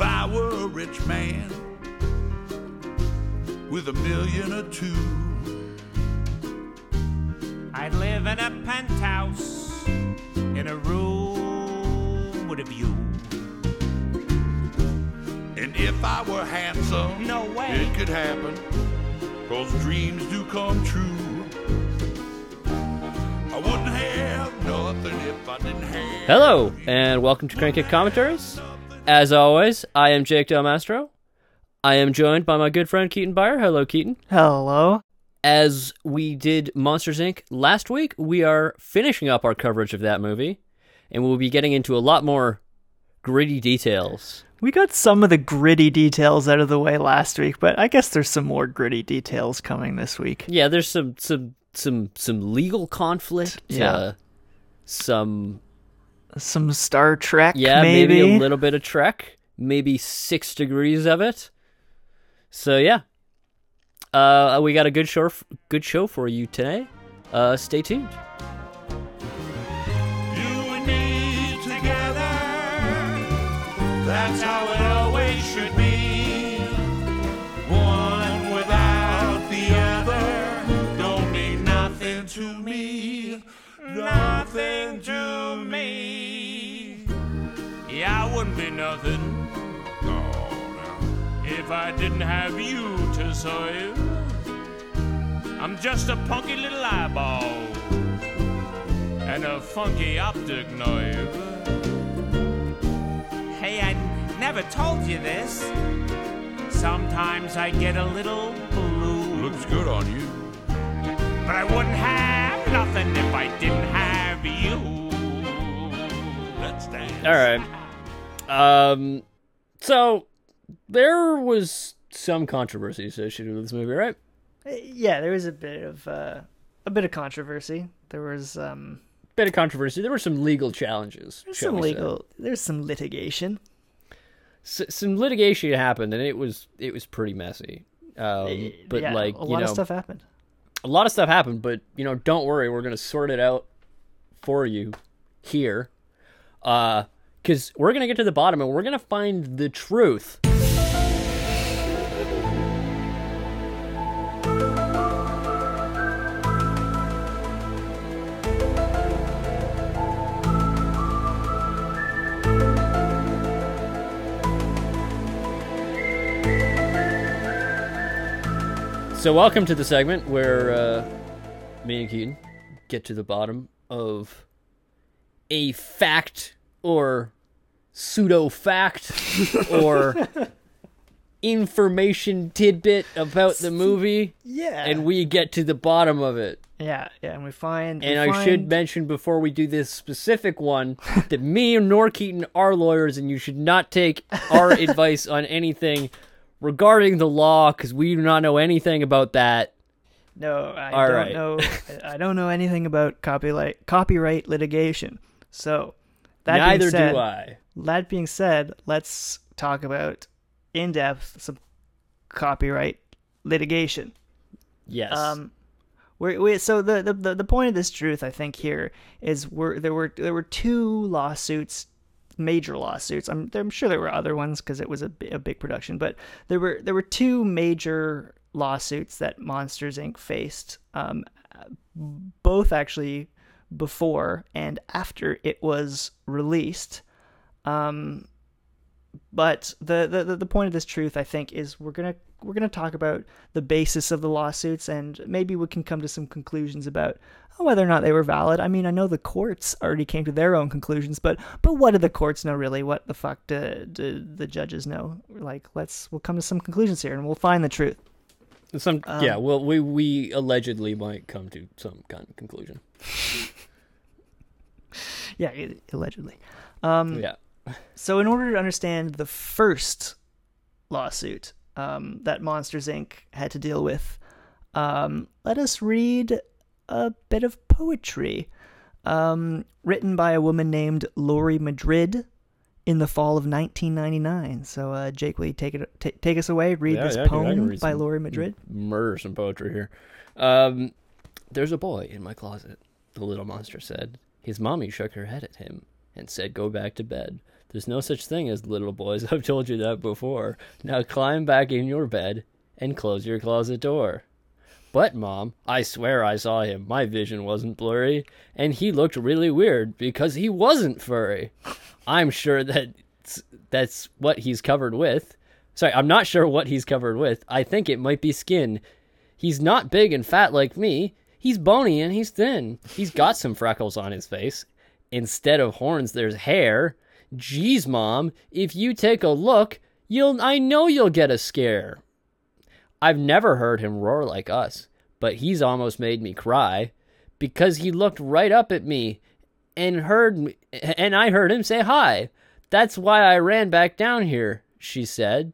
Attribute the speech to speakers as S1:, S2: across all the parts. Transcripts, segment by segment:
S1: I were a rich man with a million or two,
S2: I'd live in a penthouse in a room with a view.
S1: and if I were handsome,
S2: No way.
S1: it could happen, cause dreams do come true. I wouldn't have nothing if I didn't have.
S3: Hello, and welcome to Crankhead Commentaries. As always, I am Jake Del Mastro. I am joined by my good friend Keaton Byer. Hello, Keaton.
S4: Hello.
S3: As we did Monsters Inc. last week, we are finishing up our coverage of that movie, and we'll be getting into a lot more gritty details.
S4: We got some of the gritty details out of the way last week, but I guess there's some more gritty details coming this week.
S3: Yeah, there's some some some some legal conflict.
S4: Yeah.
S3: uh, some
S4: Some Star Trek,
S3: Yeah,
S4: maybe.
S3: maybe. a little bit of Trek, maybe six degrees of it. So yeah, uh, we got a good show, good show for you today. Uh, stay tuned.
S1: You and me together. That's how it always should be. One without the other don't mean nothing to me. Nothing to me.
S2: Yeah, I wouldn't be nothing
S1: Oh,
S2: if I didn't have you to serve. I'm just a punky little eyeball and a funky optic nerve. Hey, I never told you this. Sometimes I get a little blue.
S1: no. Looks good on you.
S2: But I wouldn't have nothing if I didn't have you.
S1: Let's dance.
S3: All right. Um, so there was some controversy associated with this movie, right?
S4: Yeah, there was a bit of uh, a bit of controversy. There was um,
S3: Bit of controversy. There were some legal challenges.
S4: there's
S3: shall
S4: some
S3: we say.
S4: legal. There's some litigation.
S3: S- some litigation happened, and it was it was pretty messy. Um, but
S4: yeah,
S3: like
S4: a
S3: you
S4: lot
S3: know,
S4: of stuff happened.
S3: a lot of stuff happened, but you know, don't worry, we're gonna sort it out for you here, because we're gonna get to the bottom and we're gonna find the truth. So, welcome to the segment where uh, me and Keaton get to the bottom of a fact or pseudo fact or information tidbit about the movie,
S4: Yeah.
S3: and we get to the bottom of it.
S4: yeah, yeah, and we find. we
S3: And I should
S4: find-
S3: mention before we do this specific one that me and Nor Keaton are lawyers, and you should not take our advice on anything regarding the law because we do not know anything about that.
S4: No, I
S3: All
S4: don't
S3: right.
S4: know. I don't know anything about copyright copyright litigation. So that being
S3: Neither
S4: said,
S3: do I.
S4: That being said, let's talk about in depth some copyright litigation.
S3: Yes.
S4: Um, we're, we so the, the- the the point of this truth, I think, here is were there were there were two lawsuits, major lawsuits. I'm I'm sure there were other ones because it was a, bi- a big production, but there were there were two major lawsuits that Monsters Inc. faced. Um, both actually before and after it was released. Um, but the, the the- the point of this truth, I think, is we're gonna we're gonna talk about the basis of the lawsuits, and maybe we can come to some conclusions about oh, whether or not they were valid. I mean, I know the courts already came to their own conclusions, but but what do the courts know really? What the fuck do, do the judges know? Like, let's we'll come to some conclusions here, and we'll find the truth.
S3: some
S4: um,
S3: yeah. Well, we we allegedly might come to some kind of conclusion.
S4: Yeah, i- allegedly. um,
S3: yeah.
S4: So, in order to understand the first lawsuit um, that Monsters Inc. had to deal with, um, let us read a bit of poetry um, written by a woman named Lori Madrid in the fall of 1999. So, uh, Jake, will you take it ta take us away? Read
S3: Yeah,
S4: this
S3: yeah, I can- I can
S4: poem
S3: read
S4: by
S3: some- Mm.
S4: Lori Madrid.
S3: Murder some poetry here. Um, There's a boy in my closet. The little monster said. His mommy shook her head at him and said, "Go back to bed." There's no such thing as little boys. I've told you that before. Now climb back in your bed and close your closet door. But, Mom, I swear I saw him. My vision wasn't blurry, and he looked really weird because he wasn't furry. I'm sure that that's what he's covered with. Sorry, I'm not sure what he's covered with. I think it might be skin. He's not big and fat like me. He's bony and he's thin. He's got some freckles on his face. Instead of horns, there's hair. Geez, Mom, if you take a look, you'll I know you'll get a scare. I've never heard him roar like us, but he's almost made me cry because he looked right up at me and heard me, and I heard him say hi. That's why I ran back down here, she said.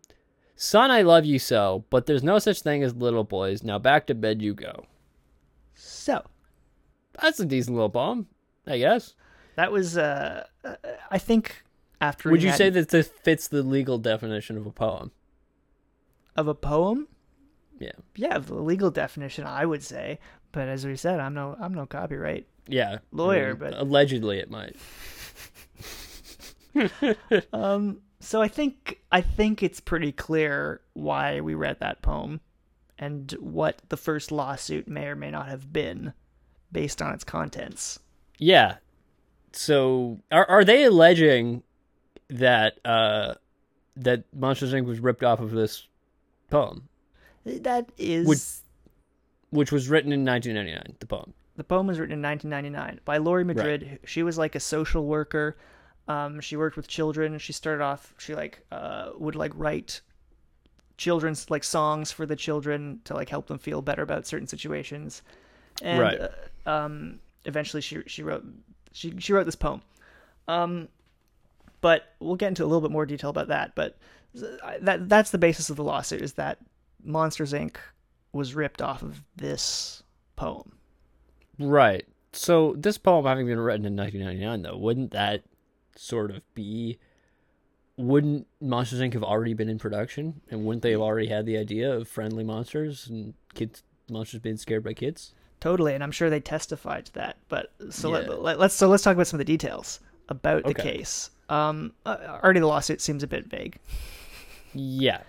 S3: Son, I love you so, but there's no such thing as little boys. Now back to bed you go.
S4: So
S3: That's a decent little poem, I guess.
S4: that was, uh, uh, I think, after
S3: Would
S4: we
S3: you
S4: had-
S3: say that this fits the legal definition of a poem?
S4: of a poem?
S3: Yeah.
S4: Yeah, the legal definition, I would say. But as we said, I'm no, I'm no copyright.
S3: Yeah.
S4: Lawyer,
S3: I mean,
S4: but-
S3: allegedly it might.
S4: Um, so I think I think it's pretty clear why we read that poem, and what the first lawsuit may or may not have been, based on its contents.
S3: Yeah. So are are they alleging that uh that Monsters Inc. was ripped off of this poem,
S4: That is
S3: which was written in 1999? The poem.
S4: the poem was written in 1999 by Lori Madrid. who- She was like a social worker. Um, she worked with children. She started off. She like uh, would like write children's like songs for the children to like help them feel better about certain situations. And
S3: Right.
S4: uh, um, eventually, she she wrote she she wrote this poem. Um, but we'll get into a little bit more detail about that. But I- that that's the basis of the lawsuit is that Monsters Inc. was ripped off of this poem.
S3: Right. So this poem having been written in 1999, though, wouldn't that sort of be? Wouldn't Monsters Inc. have already been in production, and wouldn't they have already had the idea of friendly monsters and kids monsters being scared by kids?
S4: Totally, and I'm sure they testified to that. But so
S3: Yeah.
S4: let, us so let's talk about some of the details about the
S3: Okay.
S4: case. Um, uh, already the lawsuit seems a bit vague,
S3: Yeah.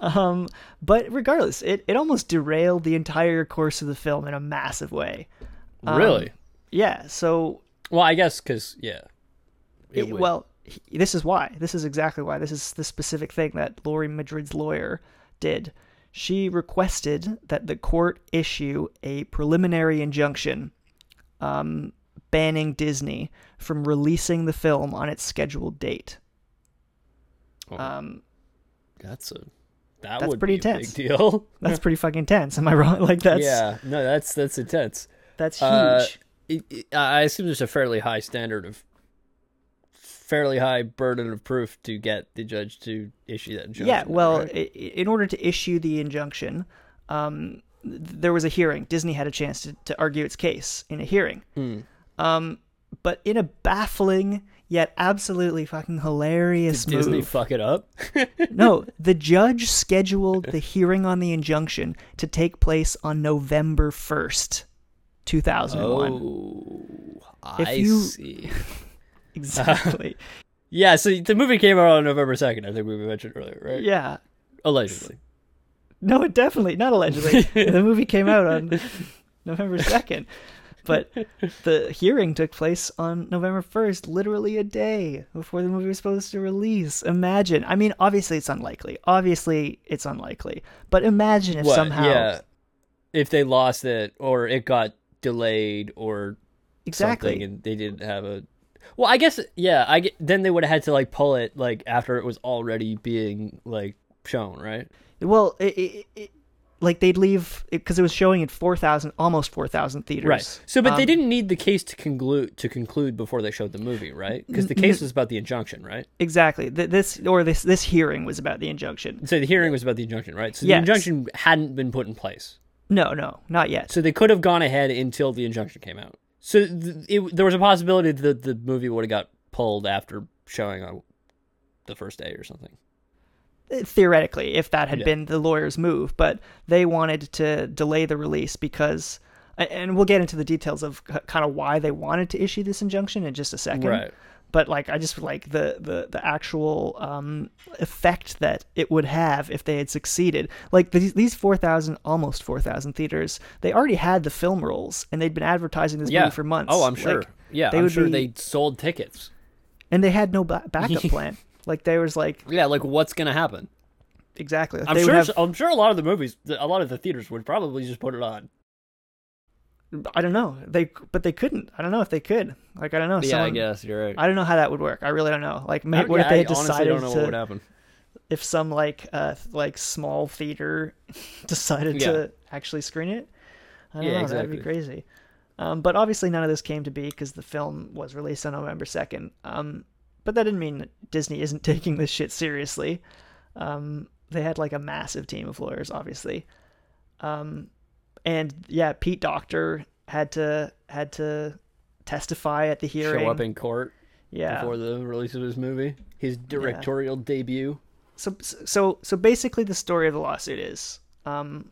S4: um, but regardless, it it almost derailed the entire course of the film in a massive way.
S3: Um, really?
S4: Yeah. So
S3: Well, I guess because yeah. It
S4: it-
S3: would.
S4: well, he- this is why. This is exactly why. This is the specific thing that Lori Madrid's lawyer did. She requested that the court issue a preliminary injunction um, banning Disney from releasing the film on its scheduled date.
S3: Oh.
S4: Um,
S3: That's a that
S4: That's
S3: would
S4: pretty
S3: be a
S4: intense.
S3: big deal.
S4: that's pretty fucking tense. Am I wrong? Like that's
S3: yeah, no, that's that's intense.
S4: that's huge.
S3: Uh, it, it- I assume there's a fairly high standard of fairly high burden of proof to get the judge to issue that injunction.
S4: Yeah, well,
S3: right?
S4: i i- in order to issue the injunction, um, th- there was a hearing. Disney had a chance to, to argue its case in a hearing.
S3: Hmm.
S4: Um, but in a baffling yet absolutely fucking hilarious
S3: Did Disney
S4: move,
S3: fuck it up.
S4: no, the judge scheduled the hearing on the injunction to take place on November first, two thousand one.
S3: Oh. I
S4: Oh, you-
S3: see.
S4: Exactly.
S3: Yeah, so the movie came out on November second. I think we mentioned earlier, right?
S4: yeah.
S3: allegedly.
S4: No, it definitely not allegedly. the movie came out on November second, but the hearing took place on November first, literally a day before the movie was supposed to release. Imagine. I mean, obviously it's unlikely. Obviously it's unlikely. But imagine if
S3: What,
S4: somehow
S3: yeah, if they lost it or it got delayed or something
S4: exactly
S3: and they didn't have a well i guess yeah i get- then they would have had to like pull it like after it was already being like shown right
S4: Well, it, it, it, like they'd leave because it was showing in four thousand, almost four thousand theaters.
S3: so but they
S4: Um,
S3: didn't need the case to conclude to conclude before they showed the movie right because the case was about the injunction right
S4: exactly. Th- This or this this hearing was about the injunction.
S3: so the hearing was about the injunction right so
S4: Yes.
S3: the injunction hadn't been put in place
S4: No, no, not yet.
S3: so they could have gone ahead until the injunction came out so th- it, there was a possibility that the movie would have got pulled after showing on the first day or something
S4: theoretically if that had
S3: Yeah.
S4: been the lawyer's move but they wanted to delay the release because and we'll get into the details of kind of why they wanted to issue this injunction in just a second but like I just like the the the actual um, effect that it would have if they had succeeded. Like these these four thousand, almost four thousand theaters, they already had the film rolls, and they'd been advertising this
S3: yeah.
S4: movie for months.
S3: Oh, I'm sure.
S4: Like,
S3: yeah,
S4: they
S3: I'm
S4: would
S3: sure
S4: be-
S3: they sold tickets.
S4: and they had no ba- backup plan. Like there was like
S3: Yeah, like what's gonna happen?
S4: exactly. Like,
S3: I'm
S4: they
S3: sure.
S4: Would have,
S3: I'm sure a lot of the movies, a lot of the theaters would probably just put it on.
S4: I don't know. They but they couldn't. I don't know if they could. Like I don't know.
S3: yeah, I
S4: Someone-
S3: guess you're right.
S4: I don't know how that would work. I really don't know. Like, ma-
S3: don't-
S4: what
S3: yeah,
S4: if they had
S3: I honestly
S4: decided
S3: don't know
S4: to
S3: what would happen.
S4: if some like uh th- like small theater decided
S3: Yeah.
S4: to actually screen it. I don't
S3: Yeah,
S4: know, that'd be
S3: exactly.
S4: crazy. Um, but obviously, none of this came to be because the film was released on November second. Um, but that didn't mean that Disney isn't taking this shit seriously. Um, they had like a massive team of lawyers, obviously. Um, and yeah, Pete Doctor had to had to testify at the hearing.
S3: Show up in court
S4: yeah.
S3: before the release of his movie, his directorial debut.
S4: so so so basically the story of the lawsuit is um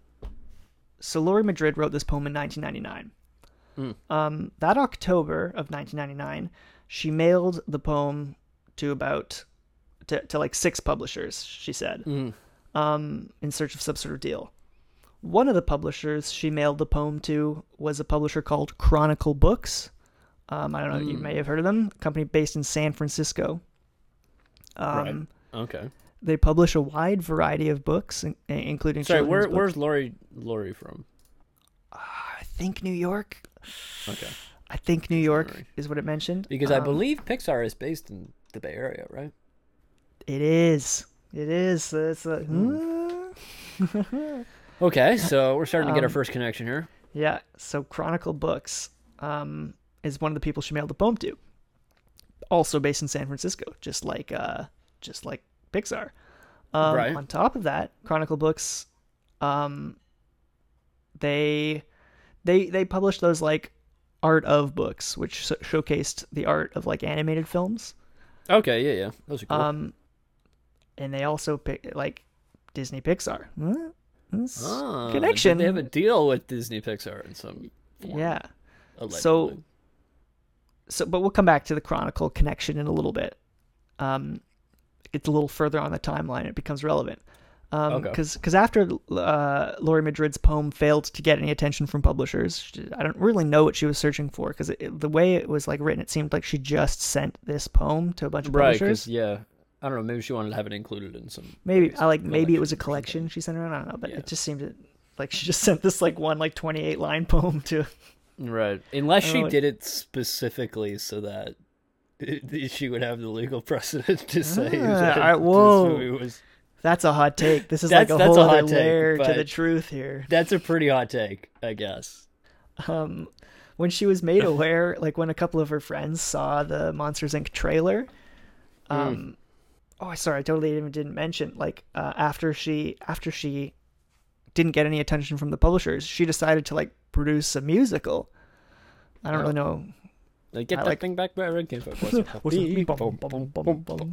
S4: so Laurie Madrid wrote this poem in 1999. Um, that October of 1999, she mailed the poem to about to, to like six publishers. She said, um, in search of some sort of deal. One of the publishers she mailed the poem to was a publisher called Chronicle Books. Um, I don't know. You may have heard of them. A company based in San Francisco. Um,
S3: right. Okay.
S4: they publish a wide variety of books, in- including
S3: Sorry,
S4: children's
S3: where,
S4: books.
S3: where's Laurie Laurie from?
S4: I think New York.
S3: Okay.
S4: I think New York is what it mentioned.
S3: Because I
S4: Um,
S3: believe Pixar is based in the Bay Area, right?
S4: it is. It is. It's a, Hmm.
S3: Okay, so we're starting to get
S4: Um,
S3: our first connection here.
S4: yeah. So Chronicle Books um, is one of the people she mailed the poem to. Also based in San Francisco, just like uh, just like Pixar. Um,
S3: Right.
S4: On top of that, Chronicle Books, um, they they they published those like art of books, which so- showcased the art of like animated films.
S3: Okay, yeah, yeah. Those are cool.
S4: Um, and they also pick like Disney Pixar. Huh? This
S3: Ah,
S4: connection.
S3: They have a deal with Disney Pixar and some.
S4: yeah.
S3: allegedly.
S4: So, so, but we'll come back to the Chronicle connection in a little bit. Um, it's a little further on the timeline. It becomes relevant. Um,
S3: Okay.
S4: because after uh, Laurie Madrid's poem failed to get any attention from publishers, she- I don't really know what she was searching for because the way it was like written, it seemed like she just sent this poem to a bunch of
S3: right,
S4: publishers.
S3: because yeah, I don't know. Maybe she wanted to have it included in some.
S4: maybe I like maybe it was a
S3: collection
S4: collection she sent around. I don't know, but
S3: Yeah.
S4: it just seemed to, like she just sent this like one like twenty eight line poem to.
S3: Right. Unless
S4: I
S3: she
S4: don't-
S3: did it specifically so that it- she would have the legal precedent to say that
S4: Ah, I-
S3: this
S4: whoa.
S3: movie was.
S4: That's a hot take. This is
S3: That's-
S4: like a
S3: that's
S4: whole
S3: a
S4: other
S3: hot take,
S4: layer to
S3: but-
S4: the truth here.
S3: That's a pretty hot take, I guess.
S4: Um, when she was made aware, like when a couple of her friends saw the Monsters Inc. trailer, um, oh sorry, I totally even didn't mention like uh, after she after she didn't get any attention from the publishers, she decided to like produce a musical. I don't really know
S3: Like get
S4: I
S3: that
S4: like-
S3: thing back where it came from. Was it
S4: What's
S3: happy?
S4: it? Bum,
S3: Boom,
S4: bum,
S3: boom,
S4: bum,
S3: boom.
S4: bum.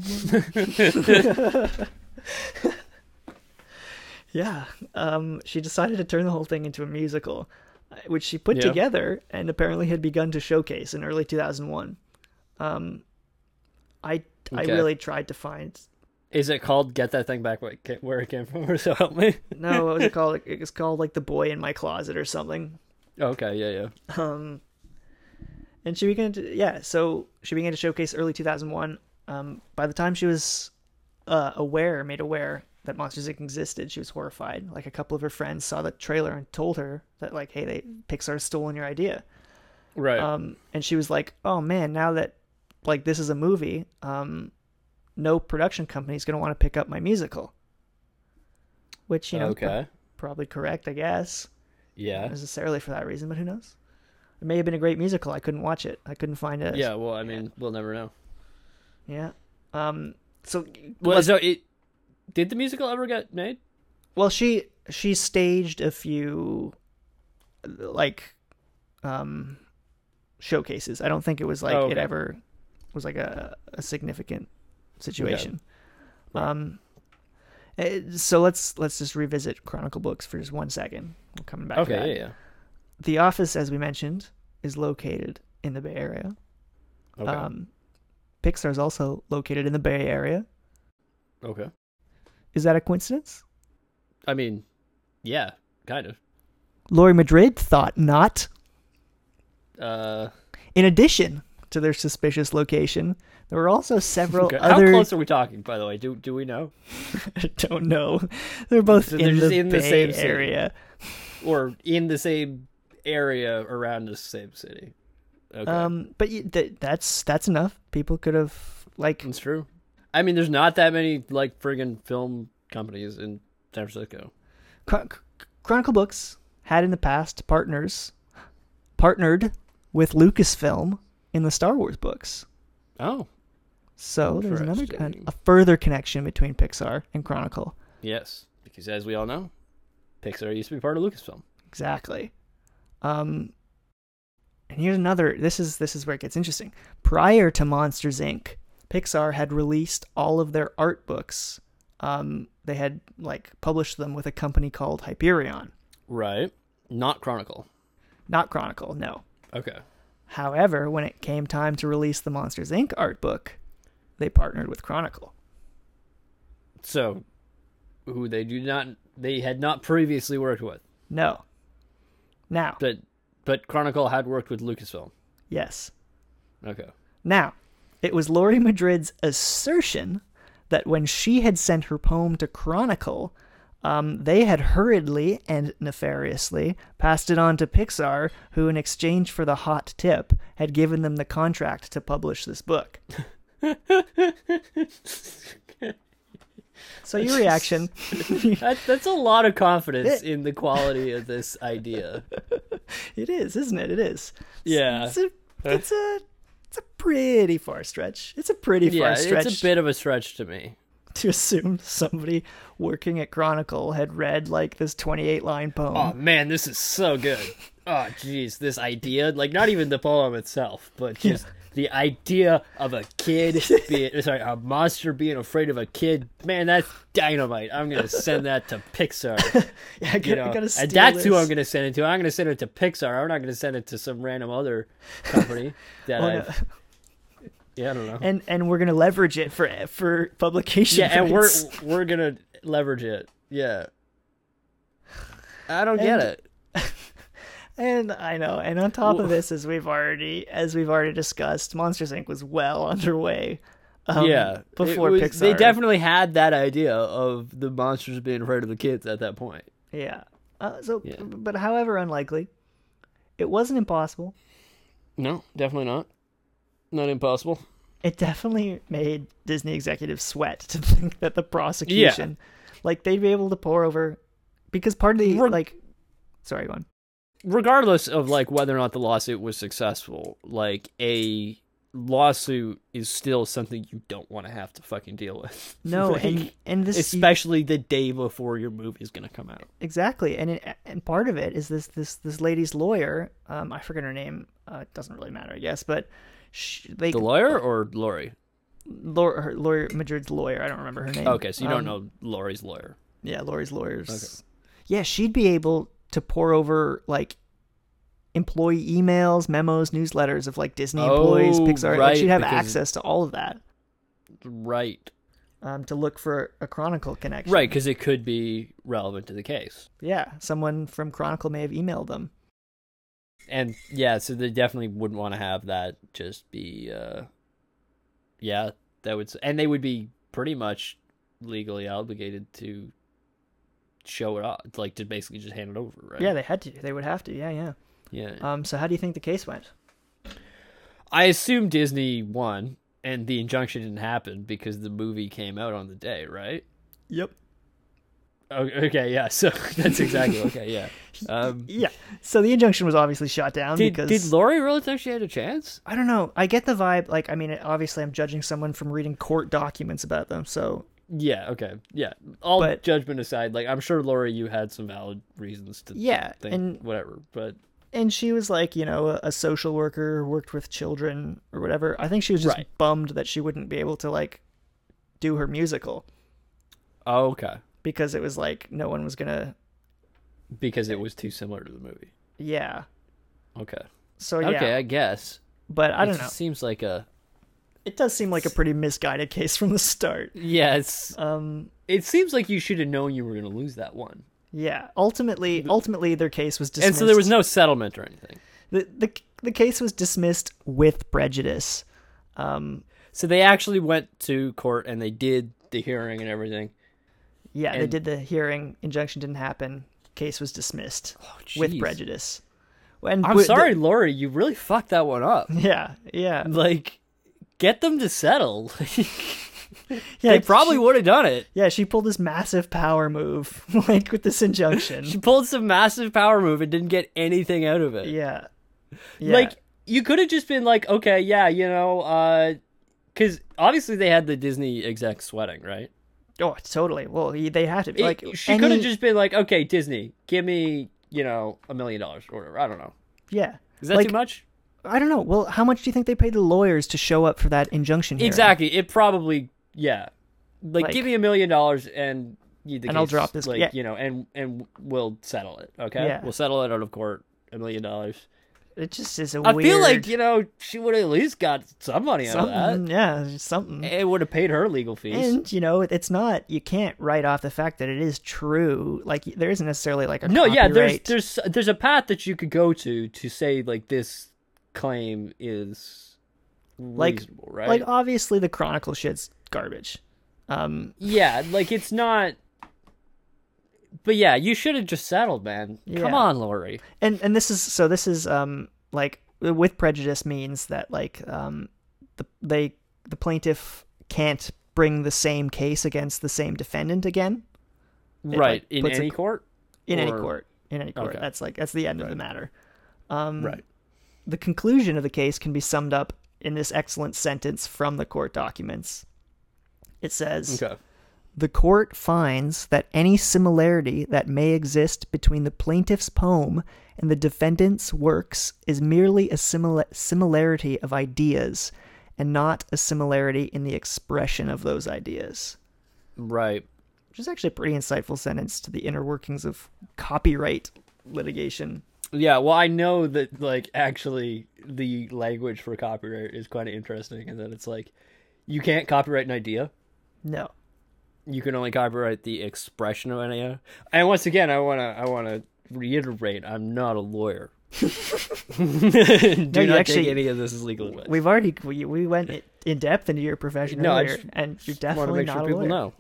S4: yeah, um, she decided to turn the whole thing into a musical, uh, which she put
S3: Yeah.
S4: together and apparently had begun to showcase in early 2001. Um, I I
S3: Okay.
S4: really tried to find
S3: Is it called "Get That Thing Back Where It Ca- Where It Came From"? Or so help me.
S4: no, what was it called? It was called like the boy in my closet or something.
S3: Okay, yeah, yeah.
S4: Um, and she began to yeah, so she began to showcase early 2001. Um, by the time she was uh, aware, made aware that Monsters Inc. existed, she was horrified. Like a couple of her friends saw the trailer and told her that like, hey, they Pixar's stolen your idea.
S3: Right.
S4: Um, and she was like, oh man, now that like this is a movie, um, no production company is gonna want to pick up my musical. Which you know, is pro-
S3: okay.
S4: probably correct, I guess
S3: Yeah.
S4: necessarily for that reason, but who knows? It may have been a great musical. I couldn't watch it. I couldn't find it.
S3: Yeah. Well, I mean, we'll never know.
S4: Yeah. Um. So,
S3: Well, so it did the musical ever get made?
S4: well, she she staged a few, like, um, showcases. I don't think it was like
S3: Oh,
S4: it
S3: okay.
S4: ever was like a a significant situation. Um. eh, So let's let's just revisit Chronicle Books for just one second. We're coming back. to that.
S3: Okay. Yeah.
S4: The office, as we mentioned, is located in the Bay Area.
S3: Yeah. Okay.
S4: Um, Pixar is also located in the Bay Area.
S3: Okay.
S4: Is that a coincidence?
S3: I mean, yeah, kind of.
S4: Lori Madrid thought not.
S3: Uh,
S4: In addition to their suspicious location, there were also several
S3: okay.
S4: other.
S3: How close are we talking, by the way? Do do we know?
S4: I don't know. They're both
S3: So
S4: in,
S3: they're just
S4: the
S3: in the
S4: Bay
S3: same city.
S4: area.
S3: Or in the same area around the same city? Okay,
S4: Um, but you, th- that's that's enough. People could have like
S3: that's true. I mean, there's not that many like friggin' film companies in San Francisco.
S4: Chron- Chronicle Books had in the past partners partnered with Lucasfilm in the Star Wars books.
S3: Oh,
S4: So there's another con-
S3: Interesting.
S4: a further connection between Pixar and Chronicle.
S3: yes, because as we all know, Pixar used to be part of Lucasfilm.
S4: Exactly. Um, and here's another. This is this is where it gets interesting. Prior to Monsters Inc., Pixar had released all of their art books. Um, they had like published them with a company called Hyperion,
S3: Right. Not Chronicle.
S4: not Chronicle. No,
S3: Okay.
S4: However, when it came time to release the Monsters Inc. art book, they partnered with Chronicle.
S3: So, who they do not they had not previously worked with,
S4: No. Now,
S3: but but Chronicle had worked with Lucasfilm.
S4: yes.
S3: Okay.
S4: Now, it was Lori Madrid's assertion that when she had sent her poem to Chronicle, um, they had hurriedly and nefariously passed it on to Pixar, who, in exchange for the hot tip, had given them the contract to publish this book. so, your reaction
S3: That, that's a lot of confidence in the quality of this idea.
S4: It is, isn't it? It is.
S3: Yeah.
S4: It's a,
S3: Uh,
S4: it's a, it's a pretty far stretch. It's a pretty far
S3: Yeah,
S4: stretch
S3: it's a bit of a stretch to me.
S4: to assume somebody working at Chronicle had read like this 28 line poem.
S3: Oh man, this is so good. Oh jeez, this idea, like not even the poem itself, but just the idea of a kid being sorry, a monster being afraid of a kid. Man, that's dynamite. I'm gonna send that to Pixar.
S4: yeah, I gotta,
S3: You know,
S4: gotta steal
S3: and that's who
S4: this.
S3: I'm gonna send it to. I'm gonna send it to Pixar. I'm not gonna send it to some random other company that
S4: Oh,
S3: I.
S4: no.
S3: Yeah, I don't know.
S4: And and we're gonna leverage it for for publication.
S3: yeah, and we're
S4: rights.
S3: we're gonna leverage it. Yeah. I don't get
S4: And-
S3: it.
S4: and I know. And on top
S3: Well-
S4: of this, as we've already as we've already discussed, Monsters Inc. was well underway. Um,
S3: yeah it
S4: before
S3: was-
S4: Pixar.
S3: they definitely had that idea of the monsters being afraid of the kids at that point
S4: Yeah. Uh, so,
S3: Yeah.
S4: but however unlikely, it wasn't impossible.
S3: no definitely not not impossible
S4: it definitely made Disney executives sweat to think that the prosecution, like they'd be able to pour over, because part of the
S3: Reg-
S4: like, sorry, go on.
S3: regardless of like whether or not the lawsuit was successful like a lawsuit is still something you don't want to have to fucking deal with
S4: No,
S3: Like,
S4: and and this
S3: especially the day before your movie is going to come out
S4: exactly, and it, and part of it is this this this lady's lawyer. Um, I forget her name. Uh, it doesn't really matter, I guess, but she, they
S3: the lawyer or Lori?
S4: lawyer, her, lawyer Madrid's lawyer. I don't remember her name.
S3: Okay, so you
S4: Um,
S3: don't know Lori's lawyer.
S4: Yeah, Lori's lawyers. Yeah, she'd be able to pour over like employee emails, memos, newsletters of like Disney employees,
S3: Oh,
S4: Pixar. like,
S3: right,
S4: she'd have
S3: because-
S4: access to all of that
S3: Right.
S4: um, to look for a Chronicle connection.
S3: Right, because it could be relevant to the case.
S4: Yeah, someone from Chronicle may have emailed them.
S3: and yeah, so they definitely wouldn't want to have that just be uh yeah, that would s- and they would be pretty much legally obligated to show it off, like to basically just hand it over, right?
S4: Yeah, they had to. They would have to. Yeah, yeah.
S3: Yeah.
S4: Um, so how do you think the case went?
S3: I assume Disney won and the injunction didn't happen because the movie came out on the day, right?
S4: Yep.
S3: O- Oh, Okay, yeah. So that's exactly okay, yeah. Um
S4: Yeah. So the injunction was obviously shot down
S3: did,
S4: because
S3: did Lori really think she had a chance?
S4: I don't know. I get the vibe. Like, I mean, obviously, I'm judging someone from reading court documents about them. So
S3: Yeah, okay. Yeah. All
S4: But-
S3: judgment aside, like I'm sure Laura you had some valid reasons to
S4: yeah,
S3: think
S4: and
S3: whatever, but
S4: and she was like you know a, a social worker worked with children or whatever i think she was just
S3: Right.
S4: bummed that she wouldn't be able to like do her musical
S3: oh, okay.
S4: because it was like no one was gonna
S3: Because it was too similar to the movie.
S4: yeah
S3: Okay.
S4: so yeah
S3: Okay, I guess.
S4: but i
S3: It
S4: don't know
S3: just seems like a
S4: It does seem like a pretty misguided case from the start.
S3: Yeah, it's
S4: Um,
S3: it seems like you should have known you were going to lose that one,
S4: yeah. Ultimately, ultimately, their case was dismissed.
S3: Mm-hmm. and so there was no settlement or anything.
S4: the the the case was dismissed with prejudice. Um,
S3: So they actually went to court and they did the hearing and everything.
S4: yeah, they
S3: And-
S4: did the hearing. Injunction didn't happen. Case was dismissed
S3: Oh, jeez.
S4: with prejudice. And
S3: I'm
S4: wi- the-
S3: sorry, Lori, you really fucked that one up.
S4: yeah, yeah,
S3: Like, get them to settle.
S4: yeah.
S3: they probably
S4: she-
S3: would have done it.
S4: yeah. She pulled this massive power move, like with this injunction.
S3: She pulled some massive power move and didn't get anything out of it.
S4: yeah, yeah.
S3: Like you could have just been like, okay, yeah, you know, uh, because obviously they had the Disney exec sweating, right?
S4: oh, totally. Well, he- they have to be
S3: It-
S4: like
S3: she could have
S4: any-
S3: just been like, okay, Disney, give me, you know, a million dollars or whatever. I don't know.
S4: yeah.
S3: Is that
S4: like,
S3: too much?
S4: I don't know. Well, how much do you think they paid the lawyers to show up for that injunction hearing?
S3: Exactly. It probably, yeah. Like,
S4: Like-
S3: give me a million dollars and you, the
S4: And I'll
S3: case,
S4: drop this-
S3: like
S4: yeah.
S3: you know, and and we'll settle it. Okay,
S4: Yeah.
S3: we'll settle it out of court. A million dollars.
S4: It just is a
S3: I
S4: weird.
S3: feel like you know she would have at least got some money out of
S4: something. Yeah, something.
S3: that. It would have paid her legal fees.
S4: And you know, it's not. You can't write off the fact that it is true. Like there isn't necessarily like a
S3: No, yeah, there's
S4: copyright.
S3: there's there's a path that you could go to to say like this claim is
S4: Like-
S3: reasonable, right?
S4: like uh, obviously the Chronicle shit's garbage. Um,
S3: yeah, like it's not. But yeah, you should have just settled, man. Come
S4: Yeah.
S3: on, Lori.
S4: and and this is so this is um like with prejudice means that like um the they the plaintiff can't bring the same case against the same defendant again like,
S3: right in
S4: puts a-
S3: any court.
S4: in any
S3: Or-
S4: court in any court
S3: Okay.
S4: that's like that's the end of the matter um
S3: Right.
S4: the conclusion of the case can be summed up in this excellent sentence from the court documents it says
S3: Okay.
S4: The court finds that any similarity that may exist between the plaintiff's poem and the defendant's works is merely a simila- similarity of ideas and not a similarity in the expression of those ideas.
S3: Right.
S4: Which is actually a pretty insightful sentence to the inner workings of copyright litigation.
S3: Yeah. Well, I know that like actually the language for copyright is kind of interesting, and that it's like you can't copyright an idea.
S4: No.
S3: you can only copyright the expression of an idea. And once again, I wanna I wanna reiterate, I'm not a lawyer. Do
S4: you
S3: not
S4: actually-
S3: take any of this as legal advice.
S4: We've already we, we went i- in depth into your profession
S3: No, I
S4: earlier,
S3: just
S4: and you're
S3: I want to
S4: definitely
S3: make
S4: not
S3: sure
S4: a
S3: people
S4: lawyer. Um,
S3: know.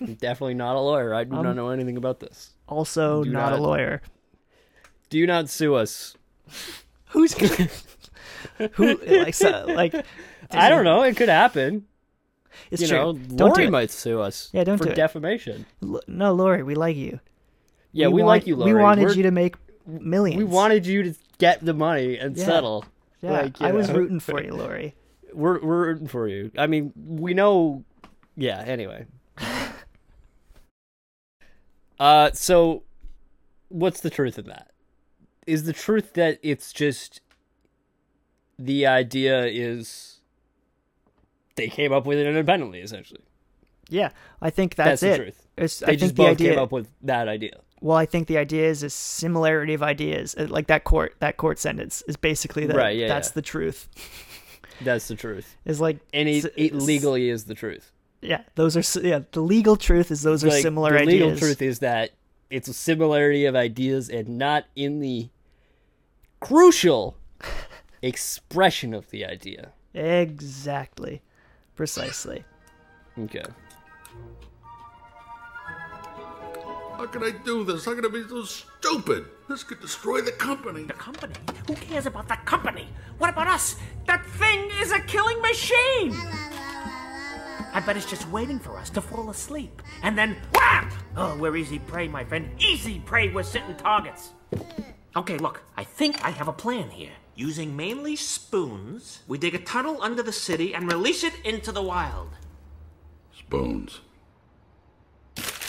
S3: I'm definitely not a lawyer. I do not know anything about this.
S4: Also,
S3: Do
S4: not,
S3: not-
S4: a lawyer.
S3: Do not sue us.
S4: Who's gonna, who like so, like
S3: I don't know. It could happen.
S4: It's
S3: You
S4: true.
S3: know,
S4: don't do
S3: Lori
S4: it.
S3: might sue us.
S4: Yeah, don't
S3: for
S4: do it.
S3: defamation.
S4: L- no, Lori, we like you.
S3: Yeah, we,
S4: want-
S3: like you, Lori.
S4: We wanted
S3: We're-
S4: you to make millions.
S3: We wanted you to get the money and
S4: Yeah.
S3: settle.
S4: Yeah,
S3: like, you
S4: I was
S3: know.
S4: rooting for you, Lori.
S3: We're we're rooting for you. I mean, we know. Yeah. Anyway. uh. So, what's the truth in that? Is the truth that it's just the idea is they came up with it independently, essentially.
S4: Yeah, I think
S3: That's
S4: that's,
S3: the
S4: it.
S3: truth.
S4: It's, I
S3: They
S4: think
S3: just
S4: the
S3: both
S4: idea,
S3: came up with that idea.
S4: Well, I think the idea is a similarity of ideas. Uh, Like that court, that court sentence is basically that.
S3: Right, yeah,
S4: that's
S3: yeah.
S4: the truth.
S3: That's the truth,
S4: Is like
S3: and it,
S4: s-
S3: it
S4: s-
S3: legally is the truth.
S4: Yeah, those are s- yeah. The legal truth is those are
S3: Like,
S4: similar
S3: the
S4: ideas.
S3: legal truth is that it's a similarity of ideas and not in the crucial expression of the idea.
S4: Exactly, precisely.
S3: Okay.
S1: How can I do this? How can I be so stupid? This could destroy the company.
S5: company? Who cares about the company? What about us? That thing is a killing machine! I bet it's just waiting for us to fall asleep. And then whap! Oh, we're easy prey, my friend. Easy prey, we're sitting targets. Okay, look, I think I have a plan here. Using mainly spoons, we dig a tunnel under the city and release it into the wild.
S1: Spoons.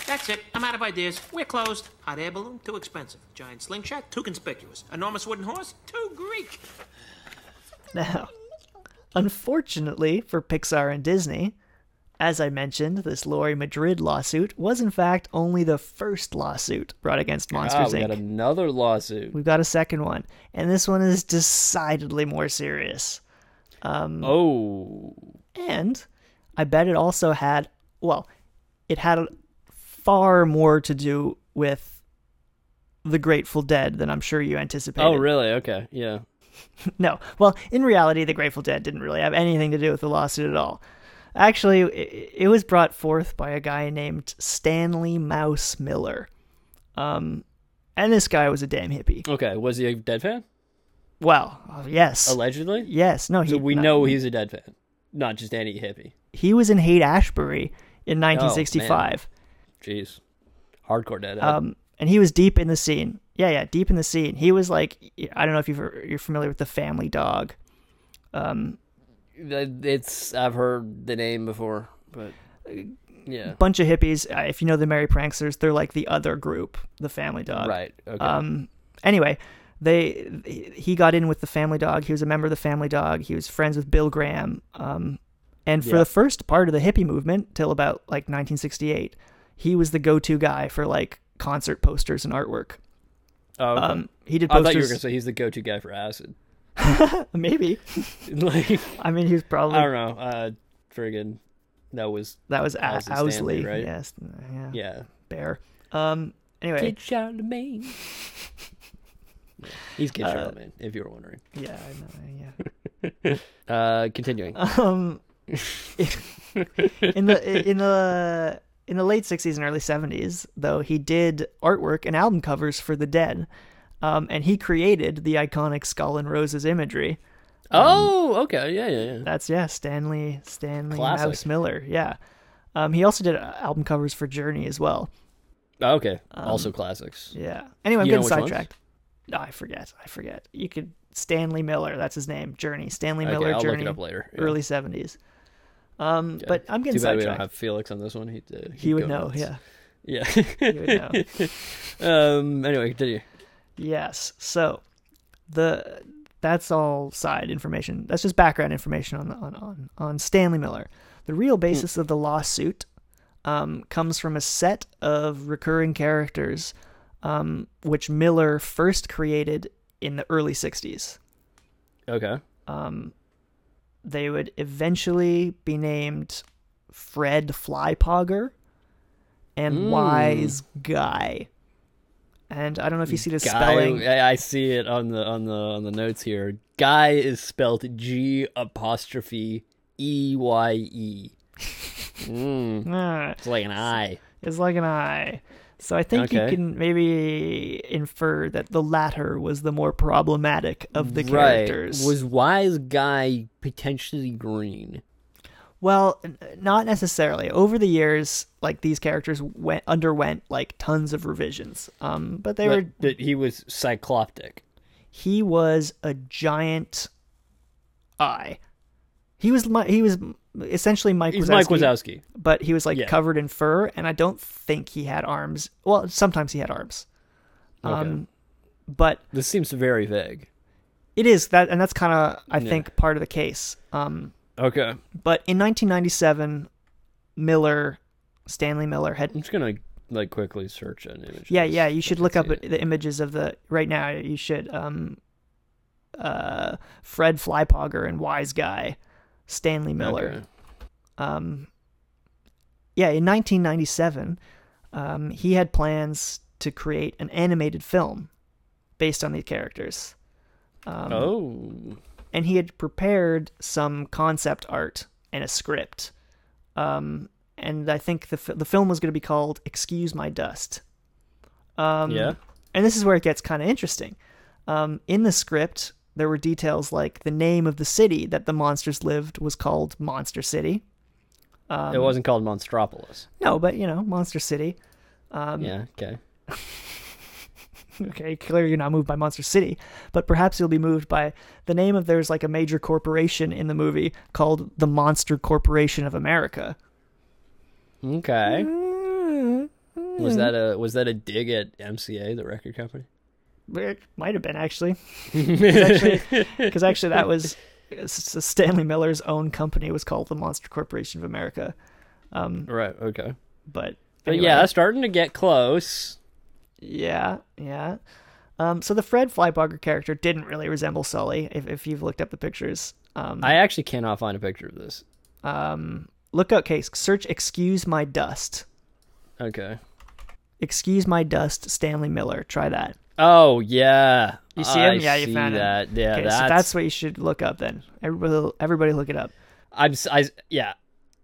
S5: That's it. I'm out of ideas. We're closed. Hot air balloon, too expensive. Giant slingshot, too conspicuous. Enormous wooden horse, too Greek.
S4: Now, unfortunately for Pixar and Disney, as I mentioned, this Lori Madrid lawsuit was in fact only the first lawsuit brought against
S3: Ah,
S4: Monsters
S3: we
S4: Inc.
S3: got another lawsuit.
S4: We've got a second one, Hmm. and this one is decidedly more serious.
S3: Oh.
S4: And I bet it also had, well, it had far more to do with the Grateful Dead than I'm sure you anticipated.
S3: Oh, really? Okay. Yeah.
S4: No. Well, in reality, the Grateful Dead didn't really have anything to do with the lawsuit at all. Actually, it, it was brought forth by a guy named Stanley Mouse Miller. Um, and this guy was a damn hippie.
S3: Okay. Was he a dead fan?
S4: Well, oh, yes.
S3: Allegedly?
S4: Yes. No, he,
S3: So we
S4: no,
S3: know he's a dead fan, not just any hippie.
S4: he was in Haight Ashbury
S3: Oh,
S4: in 1965.
S3: Jeez. Hardcore dead.
S4: um, and he was deep in the scene. Yeah, yeah, deep in the scene. He was like, I don't know if you've, you're familiar with the Family Dog.
S3: it's I've heard the name before, but yeah.
S4: bunch of hippies. Uh, If you know the Merry Pranksters, they're like the other group, the Family Dog.
S3: right. Okay.
S4: um, Anyway, they he got in with the Family Dog. He was a member of the Family Dog. He was friends with Bill Graham. Um, and for
S3: Yeah.
S4: the first part of the hippie movement till about like 1968, he was the go-to guy for like concert posters and artwork.
S3: oh, okay.
S4: Um, he did
S3: I
S4: posters.
S3: thought you were gonna say he's the go-to guy for acid.
S4: Maybe.
S3: like
S4: I mean, he was probably
S3: I don't know. Uh, friggin', that was
S4: that was a-
S3: Owsley
S4: Owsley,
S3: Stanley, right?
S4: Yes. Yeah.
S3: yeah.
S4: Bear. Um. Anyway.
S3: Charlemagne. He's Kid Charlemagne, if you were wondering.
S4: yeah. I know, yeah.
S3: Uh, continuing.
S4: um, in the in the in the late sixties and early seventies, though, he did artwork and album covers for the Dead, um, and he created the iconic skull and roses imagery.
S3: oh, okay, yeah, yeah, yeah.
S4: That's yeah, Stanley Stanley
S3: Classic.
S4: Mouse Miller. Yeah, um, he also did uh, album covers for Journey as well. Um,
S3: okay, also classics.
S4: Yeah. Anyway, I'm
S3: You know
S4: getting
S3: which ones?
S4: sidetracked. No, I forget. I forget. You could Stanley Miller. That's his name. Journey. Stanley Miller.
S3: okay, I'll
S4: Journey.
S3: look it up later. Yeah.
S4: Early seventies. Um,
S3: Okay.
S4: but I'm getting
S3: Too bad we
S4: sidetracked.
S3: don't have Felix on this one. He uh,
S4: he would know. Yeah.
S3: yeah,
S4: He would know.
S3: yeah. um. Anyway, continue.
S4: Yes. So the that's all side information. That's just background information on on on, on Stanley Miller. The real basis of the lawsuit um, comes from a set of recurring characters um, which Miller first created in the early 60s.
S3: Okay.
S4: They would eventually be named Fred Flypogger and Wise Guy. And I don't know if you see the spelling.
S3: Guy, I, I see it on the on the on the notes here. Guy is spelled G apostrophe E Y E.
S4: Ah.
S3: It's like an I.
S4: is like an eye. So I think you
S3: Okay.
S4: can maybe infer that the latter was the more problematic of the characters.
S3: Was wise guy potentially green?
S4: well, n- not necessarily. Over the years, like these characters went underwent like tons of revisions. Um, but they were
S3: But, but he was cycloptic.
S4: he was a giant eye. He was Mi- he was essentially Mike
S3: He's
S4: Wazowski,
S3: Mike Wazowski.
S4: but he was like
S3: Yeah.
S4: covered in fur, and I don't think he had arms. Well, sometimes he had arms,
S3: okay.
S4: but
S3: This seems very vague.
S4: It is that, and that's kind of I think part of the case. Um,
S3: Okay. I'm
S4: but in 1997, Miller, Stanley Miller had.
S3: just gonna like quickly search an image. of
S4: Yeah,
S3: this
S4: yeah. You should
S3: so I
S4: look
S3: can
S4: up
S3: see it.
S4: the images of the right now. You should. Um, uh, Fred Flypogger and Wise Guy, Stanley Miller.
S3: Okay.
S4: Um, yeah, in 1997, um, he had plans to create an animated film based on these characters.
S3: oh.
S4: and he had prepared some concept art and a script. Um, and I think the fi- the film was going to be called "Excuse My Dust." Um,
S3: yeah.
S4: And this is where it gets kind of interesting. Um, in the script, there were details like the name of the city that the monsters lived was called Monster City.
S3: it wasn't called Monstropolis.
S4: No, but you know, Monster City.
S3: yeah. Okay.
S4: Okay, clearly you're not moved by Monster City, but perhaps you'll be moved by the name of there's like a major corporation in the movie called the Monster Corporation of America.
S3: Okay. Was that a was that a dig at MCA, the record company?
S4: It might have been actually, because actually that was S- S- Stanley Miller's own company was called the Monster Corporation of America.
S3: Right. Okay.
S4: But,
S3: But
S4: anyway,
S3: Uh, yeah, starting to get close.
S4: yeah, yeah. Um, so the Fred Flybarger character didn't really resemble Sully, if, if you've looked up the pictures. Um,
S3: I actually cannot find a picture of this.
S4: Um, look up, okay, search Excuse My Dust.
S3: Okay.
S4: Excuse My Dust, Stanley Miller. Try that.
S3: Oh yeah.
S4: You see
S3: I
S4: him? Yeah, you
S3: see
S4: found him.
S3: that. Yeah,
S4: okay,
S3: that's,
S4: so that's what you should look up then. Everybody, everybody look it up.
S3: I'm s- I yeah.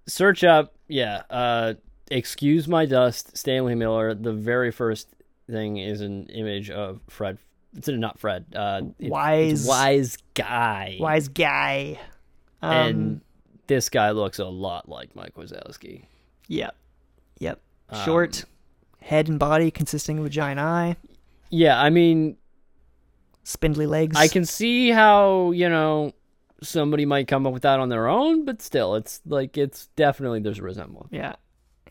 S3: Search up yeah. Uh, excuse my dust. Stanley Miller. The very first thing is an image of Fred. It's not Fred. Uh, it- it's
S4: Wise-
S3: wise guy.
S4: Wise guy. Um,
S3: and this guy looks a lot like Mike Wazowski.
S4: Yep. Yep.
S3: Um,
S4: Short, head and body consisting of a giant eye,
S3: Yeah, I mean,
S4: spindly legs.
S3: I can see how you know somebody might come up with that on their own, but still, it's like it's definitely there's a resemblance.
S4: Yeah.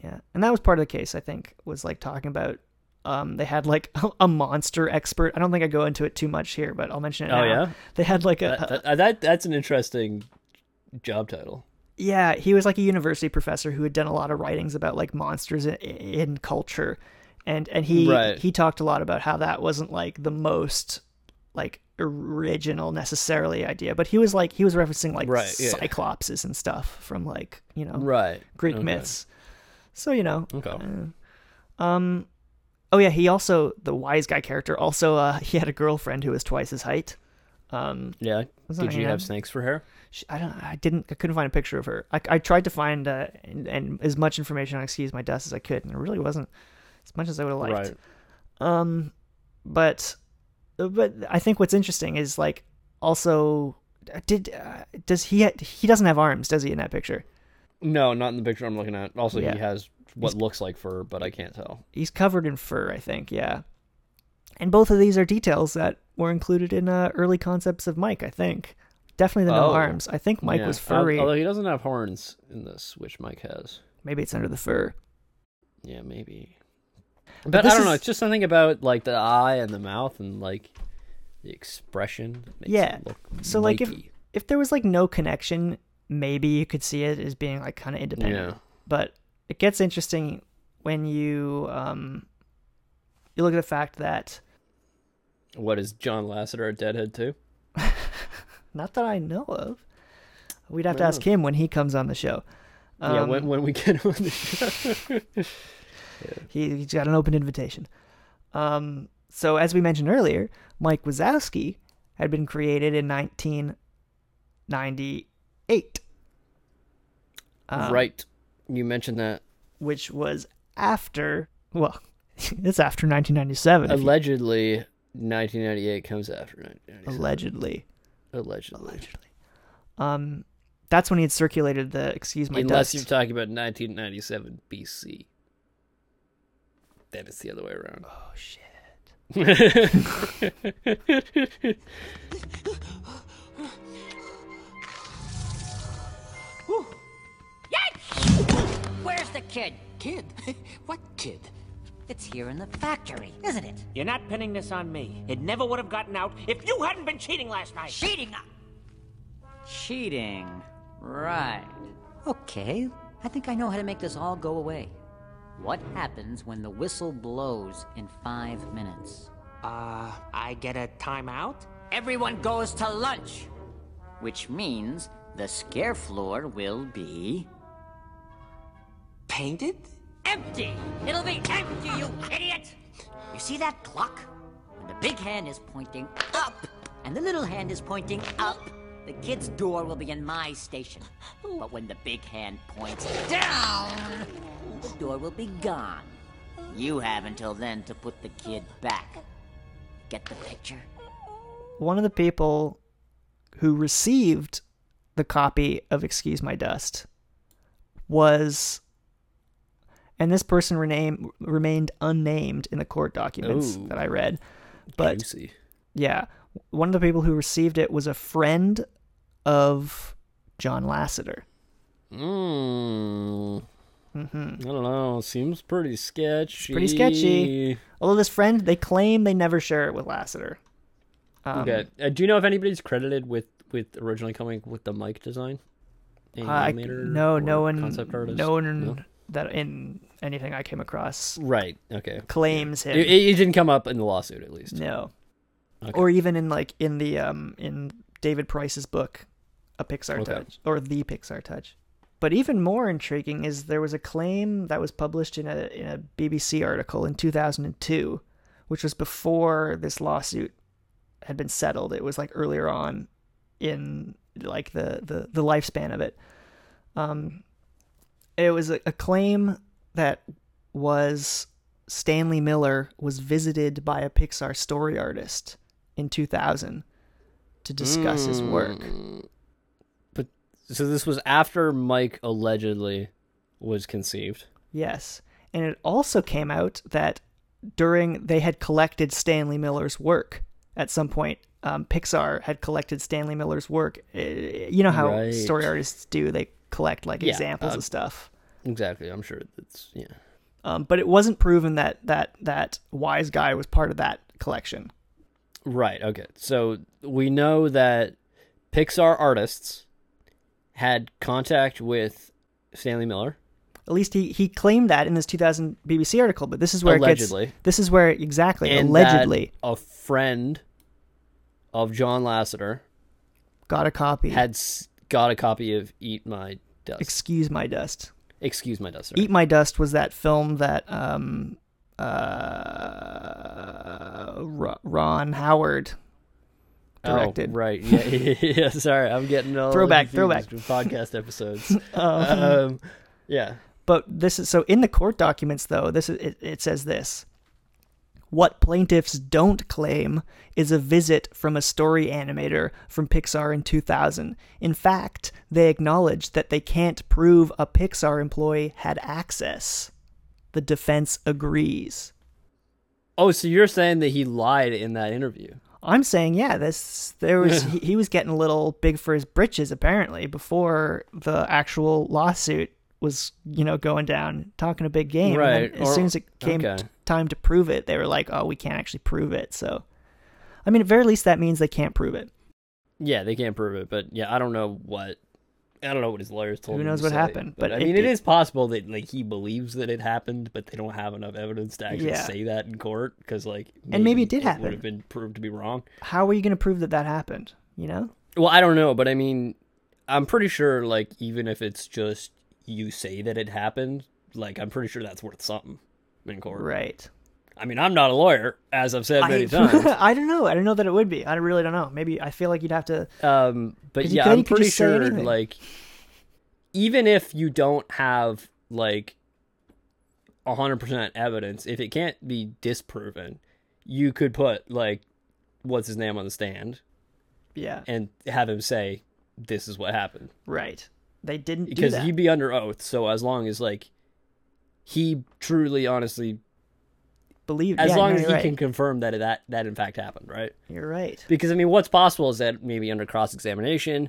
S4: Yeah. And that was part of the case, I think, was like talking about um they had like a monster expert. I don't think I go into it too much here, but I'll mention it
S3: Oh,
S4: now.
S3: yeah?
S4: They had like a,
S3: That, that, Uh, that that's an interesting job title.
S4: yeah, he was like a university professor who had done a lot of writings about like monsters in, in culture, and and he
S3: Right.
S4: he talked a lot about how that wasn't like the most like original necessarily idea, but he was like he was referencing like
S3: Right, yeah.
S4: cyclopses and stuff from like you know
S3: Right.
S4: Greek
S3: Okay.
S4: myths. Uh, So you know,
S3: Okay.
S4: oh yeah, he also the wise guy character also uh, he had a girlfriend who was twice his height.
S3: Yeah.
S4: Wasn't
S3: Did
S4: I
S3: you have
S4: in?
S3: snakes for hair?
S4: She, I don't. I didn't. I couldn't find a picture of her. I, I tried to find uh, and, and as much information on excuse my dust as I could, and it really wasn't as much as I would have liked.
S3: Right.
S4: But uh, but I think what's interesting is like also did uh, does he he doesn't have arms does he in that picture?
S3: No, not in the picture I'm looking at. Also,
S4: Yeah.
S3: he has what looks like fur, but I can't tell.
S4: He's covered in fur, I think. Yeah. And both of these are details that were included in uh, early concepts of Mike. I think definitely the no
S3: Oh.
S4: arms. I think Mike
S3: Yeah.
S4: was
S3: Al-
S4: furry.
S3: Although he doesn't have horns in this, which Mike has.
S4: Maybe it's under the fur.
S3: Yeah, maybe. But, I
S4: this
S3: don't know.
S4: is-
S3: It's just something about like the eye and the mouth and like the expression. Makes
S4: Yeah.
S3: It look
S4: So like if
S3: Mikey.
S4: if there was like no connection, maybe you could see it as being like kind of independent.
S3: Yeah.
S4: But it gets interesting when you um you look at the fact that
S3: what is John Lasseter a deadhead too?
S4: not that I know of. We'd have to ask him when he comes on the show.
S3: yeah.
S4: Um,
S3: When when we get on the show.
S4: He, he's got an open invitation. Um, so, as we mentioned earlier, Mike Wazowski had been created in 1998, uh,
S3: right. You mentioned that
S4: which was after, well, it's after 1997. if you-
S3: allegedly 1998 comes after 1997.
S4: allegedly.
S3: Allegedly.
S4: Um, that's when he had circulated the excuse my
S3: Unless you're
S4: dust.
S3: talking about 1997 BC. Then it's the other way around.
S4: oh shit!
S6: Where's the kid?
S7: Kid? what kid?
S6: It's here in the factory, isn't it?
S5: You're not pinning this on me. It never would have gotten out if you hadn't been cheating last night.
S6: Cheating. Cheating. Right. Okay. I think I know how to make this all go away. What happens when the whistle blows in five minutes?
S5: Uh, I get a timeout?
S6: Everyone goes to lunch, which means the scare floor will be
S7: Painted?
S6: empty. It'll be empty, you idiot! You see that clock? When the big hand is pointing up and the little hand is pointing up, the kid's door will be in my station. But when the big hand points down, the door will be gone. You have until then to put the kid back. Get the picture?
S4: One of the people who received the copy of Excuse My Dust was, and this person rename, remained unnamed in the court documents
S3: Ooh.
S4: that I read. But
S3: Juicy.
S4: yeah, one of the people who received it was a friend of John Lasseter.
S3: Mm. I don't know. Seems pretty sketchy.
S4: Mm-hmm. pretty sketchy. Although this friend, they claim they never share it with Um, Lasseter.
S3: okay. Uh, do you know if anybody's credited with with originally coming with the mic design? Any
S4: Uh, I-
S3: animator
S4: no,
S3: or
S4: no one,
S3: Concept artist.
S4: no one that in anything I came across
S3: Right. Okay.
S4: claims him.
S3: It, it it didn't come up in the lawsuit, at least.
S4: no,
S3: Okay.
S4: or even in like in the um in David Price's book, a Pixar
S3: Okay.
S4: touch or the Pixar touch. But even more intriguing is there was a claim that was published in a in a BBC article in 2002, which was before this lawsuit had been settled. It was like earlier on in like the the, the lifespan of it. Um, it was a, a claim that was Stanley Miller was visited by a Pixar story artist in 2000 to discuss his work.
S3: But so this was after Mike allegedly was conceived.
S4: Yes. And it also came out that during they had collected Stanley Miller's work at some point. Um, Pixar had collected Stanley Miller's work. Uh, You know how
S3: Right.
S4: story artists do, they collect like
S3: Yeah,
S4: examples
S3: uh,
S4: of stuff.
S3: Exactly. I'm sure that's yeah.
S4: Um, but it wasn't proven that, that that wise guy was part of that collection.
S3: Right. Okay. So we know that Pixar artists had contact with Stanley Miller.
S4: At least he, he claimed that in this 2000 BBC article, but this is where it
S3: Allegedly.
S4: gets this is where exactly
S3: and that
S4: allegedly
S3: a friend of John Lasseter
S4: got a copy.
S3: had s- got a copy of Eat My Dust.
S4: Excuse my dust.
S3: Excuse my dust. sorry.
S4: Eat My Dust was that film that um, uh, Ro- Ron Howard directed.
S3: Oh, right. Yeah, yeah. Sorry, I'm getting all
S4: Throwback,
S3: confused with podcast episodes. um, yeah.
S4: But this is so in the court documents, though. This is, it, it says this. What plaintiffs don't claim is a visit from a story animator from Pixar in 2000. In fact, they acknowledge that they can't prove a Pixar employee had access. The defense agrees.
S3: Oh, so you're saying that he lied in that interview?
S4: I'm saying, yeah, this there was he, he was getting a little big for his britches apparently before the actual lawsuit was you know going down, talking a big game. And then
S3: Right,
S4: as
S3: or-
S4: soon as it came
S3: okay.
S4: t- time to prove it, they were like, oh, we can't actually prove it. So, I mean, at very least that means they can't prove it.
S3: Yeah, they can't prove it, but yeah, I don't know what. I don't know what his lawyers told
S4: Who
S3: him
S4: knows
S3: to
S4: what
S3: say,
S4: happened, but
S3: I
S4: it
S3: mean, it
S4: did-
S3: is possible that like he believes that it happened, but they don't have enough evidence to actually
S4: Yeah.
S3: say that in court because, like, maybe
S4: And maybe it did
S3: Would
S4: happen.
S3: have been proved to be wrong.
S4: How are you going to prove that that happened? You know?
S3: Well, I don't know, but I mean, I'm pretty sure, like, even if it's just you say that it happened, like, I'm pretty sure that's worth something in court.
S4: Right.
S3: I mean, I'm not a lawyer, as I've said many
S4: I,
S3: times.
S4: I don't know. I don't know that it would be. I really don't know. Maybe I feel like you'd have to.
S3: Um, but
S4: 'Cause you
S3: yeah,
S4: could-
S3: I'm
S4: you could
S3: pretty
S4: just say
S3: sure,
S4: anything.
S3: like, even if you don't have, like, 100% evidence, if it can't be disproven, you could put, like, what's his name on the stand
S4: Yeah.
S3: and have him say, this is what happened.
S4: Right. They didn't do
S3: because
S4: that.
S3: he'd be under oath. So as long as like he truly, honestly,
S4: Believe
S3: as
S4: yeah,
S3: long
S4: no,
S3: as
S4: you're
S3: he
S4: right.
S3: can confirm that that that in fact happened, right?
S4: You're right.
S3: Because I mean, what's possible is that maybe under cross examination,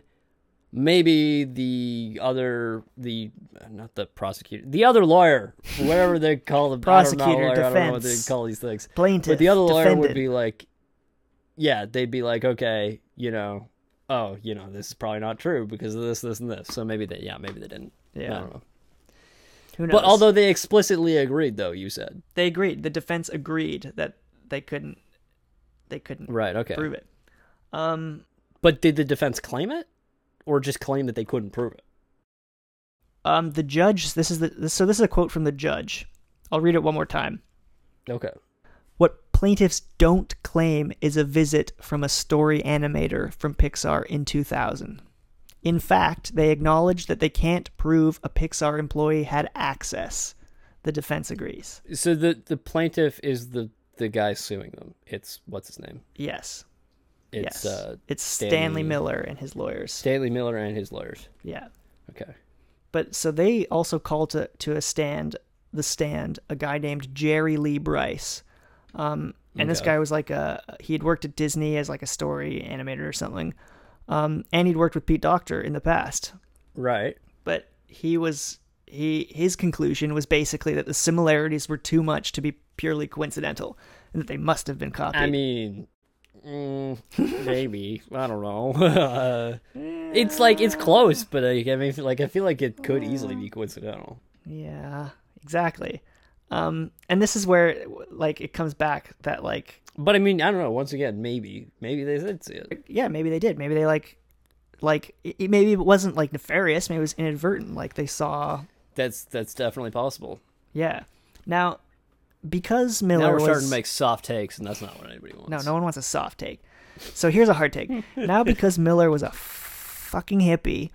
S3: maybe the other the not the prosecutor, the other lawyer, whatever they call the I don't know,
S4: Prosecutor,
S3: lawyer, I don't know what they
S4: defense,
S3: call these things.
S4: plaintiff,
S3: but the other lawyer would
S4: defendant.
S3: be like, yeah, they'd be like, okay, you know. Oh, you know, this is probably not true because of this, this, and this. So maybe they, yeah, maybe they didn't.
S4: Yeah.
S3: I don't know.
S4: Who knows?
S3: But although they explicitly agreed, though you said
S4: they agreed, the defense agreed that they couldn't, they couldn't
S3: right, okay.
S4: prove it. Um,
S3: But did the defense claim it, or just claim that they couldn't prove it?
S4: um, the judge. This is the this, so this is a quote from the judge. I'll read it one more time.
S3: Okay.
S4: What plaintiffs don't claim is a visit from a story animator from Pixar in 2000. In fact, they acknowledge that they can't prove a Pixar employee had access. The defense agrees.
S3: So the the plaintiff is the the guy suing them. It's what's his name?
S4: Yes.
S3: It's
S4: yes.
S3: uh,
S4: it's Stanley, Miller and his lawyers.
S3: Stanley Miller and his lawyers.
S4: yeah.
S3: Okay.
S4: But so they also called to to a stand the stand a guy named Jerry Lee Bryce, um, and this
S3: Okay.
S4: guy was like a he had worked at Disney as like a story animator or something, um, and he'd worked with Pete Doctor in the past.
S3: Right.
S4: But he was he his conclusion was basically that the similarities were too much to be purely coincidental, and that they must have been copied.
S3: I mean, mm, maybe I don't know. uh, it's like it's close, but like, I mean, like I feel like it could easily be coincidental.
S4: yeah, exactly. Um, and this is where like it comes back that like
S3: But I mean, I don't know. Once again, maybe maybe they did see it.
S4: yeah, maybe they did. Maybe they like like it, it- maybe it wasn't like nefarious, maybe it was inadvertent. Like they saw,
S3: That's that's definitely possible.
S4: yeah. Now, because Miller
S3: Now we're
S4: was
S3: starting to make soft takes, and that's not what anybody wants.
S4: No, no one wants a soft take. So here's a hard take. now because Miller was a fucking hippie,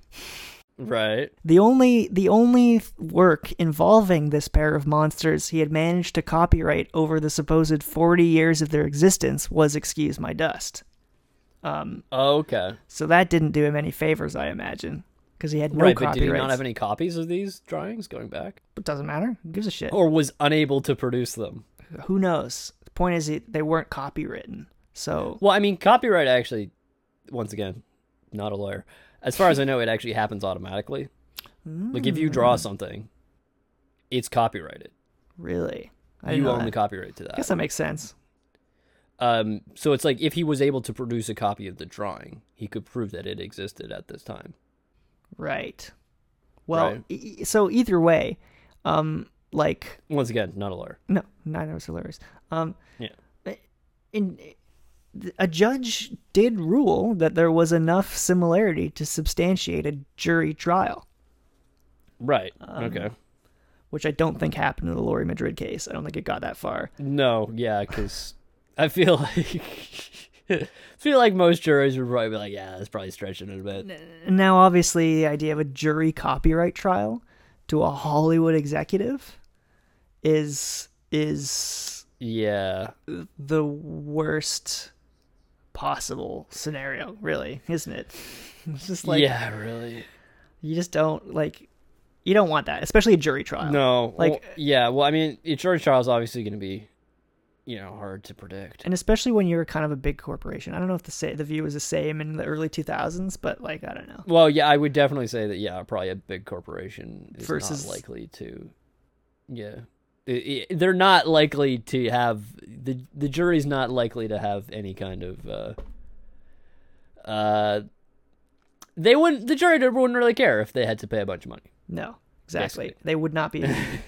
S3: Right.
S4: the only the only work involving this pair of monsters he had managed to copyright over the supposed 40 years of their existence was Excuse My Dust. Um,
S3: Okay.
S4: So that didn't do him any favors, I imagine, cuz he had no
S3: right, but
S4: copyrights.
S3: did he not have any copies of these drawings going back,
S4: But doesn't matter. Who gives a shit?
S3: or was unable to produce them?
S4: Oh, Who knows? The point is it- they weren't copywritten. So
S3: Well, I mean, copyright actually, once again, not a lawyer. As far as I know, it actually happens automatically. Like if you
S4: Hmm.
S3: draw something, it's copyrighted.
S4: really, I didn't
S3: You
S4: know
S3: own
S4: that.
S3: the copyright to
S4: I guess
S3: that.
S4: that makes sense.
S3: Um, so it's like if he was able to produce a copy of the drawing, he could prove that it existed at this time.
S4: Right. Well,
S3: Right.
S4: e- e- so either way, um, like
S3: Once again, not a lawyer.
S4: no, neither was hilarious. Um,
S3: Yeah.
S4: in th- a judge did rule that there was enough similarity to substantiate a jury trial,
S3: Right.
S4: Um,
S3: okay.
S4: which I don't think happened in the Lori Madrid case. I don't think it got that far.
S3: No, yeah, because I feel like feel like most juries would probably be like, yeah, that's probably stretching it a bit.
S4: And now, obviously, the idea of a jury copyright trial to a Hollywood executive is is
S3: Yeah,
S4: the worst possible scenario, really, isn't it? It's just like
S3: yeah, really.
S4: you just don't like you don't want that, especially a jury trial.
S3: No,
S4: like-
S3: like yeah. Well, I mean, a jury trial is obviously going to be, you know, hard to predict.
S4: And especially when you're kind of a big corporation. I don't know if the say, the view was the same in the early 2000s, but like I don't know.
S3: Well, yeah, I would definitely say that. Yeah, probably a big corporation is
S4: Versus-
S3: not likely to. Yeah, I- I- they're not likely to have the the jury's not likely to have any kind of. uh uh they wouldn't. The jury wouldn't really care if they had to pay a bunch of money.
S4: No, exactly.
S3: Basically.
S4: They would not be.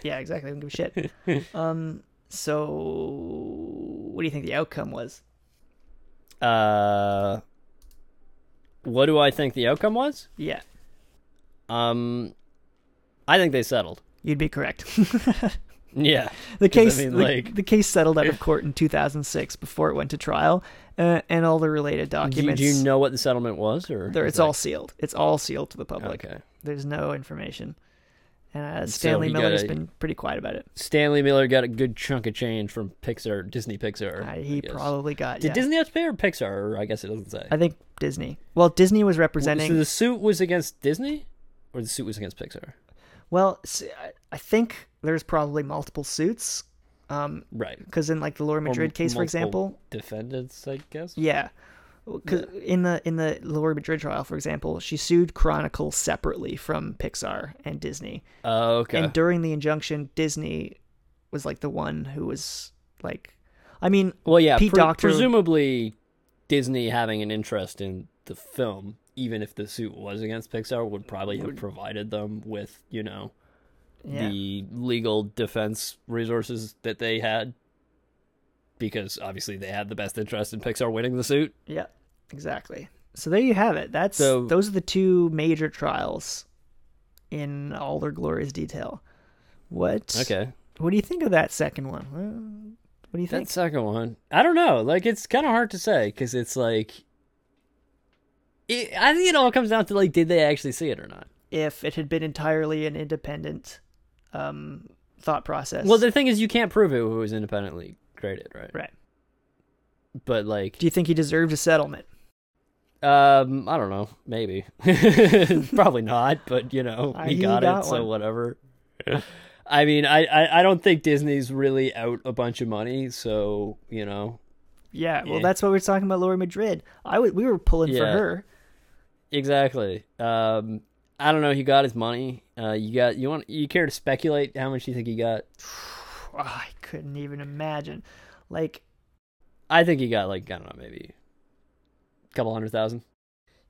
S4: yeah, exactly. I don't give a shit. Um, so what do you think the outcome was?
S3: Uh, what do I think the outcome was?
S4: Yeah,
S3: Um, I think they settled.
S4: you'd be correct.
S3: Yeah.
S4: the
S3: 'Cause, I
S4: case
S3: mean,
S4: the,
S3: like-
S4: the case settled out of court in 2006 before it went to trial uh, and all the related
S3: Do you,
S4: documents
S3: do you know what the settlement was, or
S4: there- it's
S3: is
S4: all sealed it's all sealed to the
S3: that-
S4: public
S3: okay?
S4: there's no information and uh, stanley
S3: he got
S4: miller's
S3: a-
S4: been pretty quiet about it
S3: Stanley Miller got a good chunk of change from Pixar, Disney Pixar.
S4: uh,
S3: I
S4: he
S3: guess.
S4: probably got
S3: did
S4: yeah.
S3: Disney have to pay or Pixar? Or I guess it doesn't say.
S4: i think disney well disney was representing
S3: so the suit was against Disney, or the suit was against Pixar.
S4: well s- I- i think there's probably multiple suits um
S3: Right.
S4: because in like the laura
S3: Or
S4: madrid
S3: m-
S4: case for
S3: multiple
S4: example
S3: defendants, I guess.
S4: Yeah. Cause in the in the Lori Madrid trial, for example, she sued Chronicle separately from Pixar and Disney.
S3: Oh, okay.
S4: And during the injunction, Disney was like the one who was like, I mean,
S3: well, yeah.
S4: Pete
S3: pre-
S4: Doctor,
S3: Presumably, Disney having an interest in the film, even if the suit was against Pixar, would probably have provided them with, you know,
S4: yeah,
S3: the legal defense resources that they had because obviously they had the best interest in Pixar winning the suit.
S4: yeah, exactly. So there you have it. That's
S3: So-
S4: those are the two major trials in all their glorious detail. What?
S3: Okay.
S4: What do you think of that second one? Huh? What do you
S3: That
S4: think?
S3: second one, I don't know. Like it's kind of hard to say cuz it's like it, I think it all comes down to like did they actually see it or not.
S4: if it had been entirely an independent um, thought process.
S3: Well, the thing is you can't prove it if it was independently graded, right?
S4: right.
S3: But like
S4: Do you think he deserved a settlement?
S3: um I don't know, maybe. Probably not, but you know,
S4: Uh,
S3: he
S4: he
S3: got, it,
S4: got
S3: so
S4: one.
S3: whatever. I mean, I, I I don't think Disney's really out a bunch of money, so, you know,
S4: Yeah. Well,
S3: Yeah.
S4: that's what we are talking about, Laura Madrid. I would. we were pulling for
S3: Yeah.
S4: her.
S3: Exactly. Um, I don't know. He got his money. Uh, you got you want you care to speculate how much you think he got?
S4: Oh, I couldn't even imagine. Like,
S3: I think he got like I don't know, maybe a couple hundred thousand.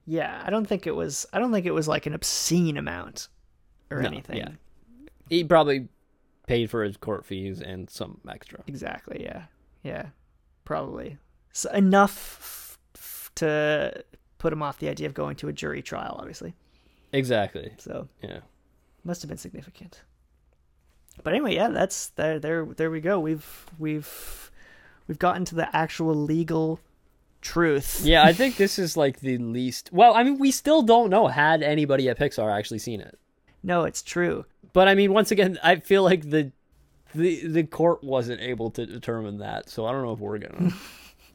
S4: yeah, I don't think it was. I don't think it was like an obscene amount or
S3: No,
S4: anything.
S3: yeah. He probably paid for his court fees and some extra.
S4: Exactly. Yeah. Yeah. Probably so enough f- f- to put him off the idea of going to a jury trial, obviously.
S3: Exactly.
S4: So
S3: Yeah.
S4: must have been significant. But anyway, yeah, that's there. There, there we go. We've we've we've gotten to the actual legal truth.
S3: Yeah, I think this is like the least. Well, I mean, we still don't know had anybody at Pixar actually seen it.
S4: No, it's true.
S3: But I mean, once again, I feel like the the the court wasn't able to determine that, so I don't know if we're gonna.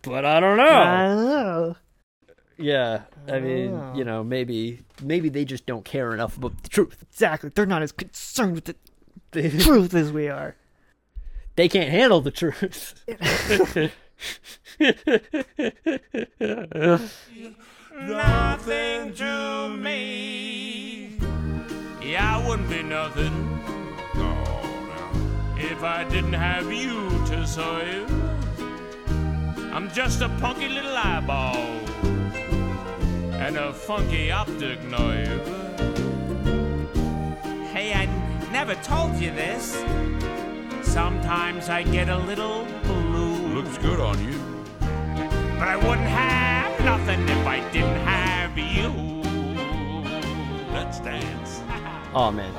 S3: but I don't know.
S4: I don't know.
S3: yeah, I mean,
S4: Ah.
S3: you know, maybe maybe they just don't care enough about the truth.
S4: Exactly. They're not as concerned with the
S3: They,
S4: truth as we are.
S3: they can't handle the truth.
S2: nothing to me. Yeah, I wouldn't be nothing. No, no. If I didn't have you to serve, I'm just a punky little eyeball and a funky optic nerve. Hey, I never told you this. Sometimes I get a little blue.
S1: Looks good on you.
S2: But I wouldn't have nothing if I didn't have you. Let's dance.
S3: Oh man,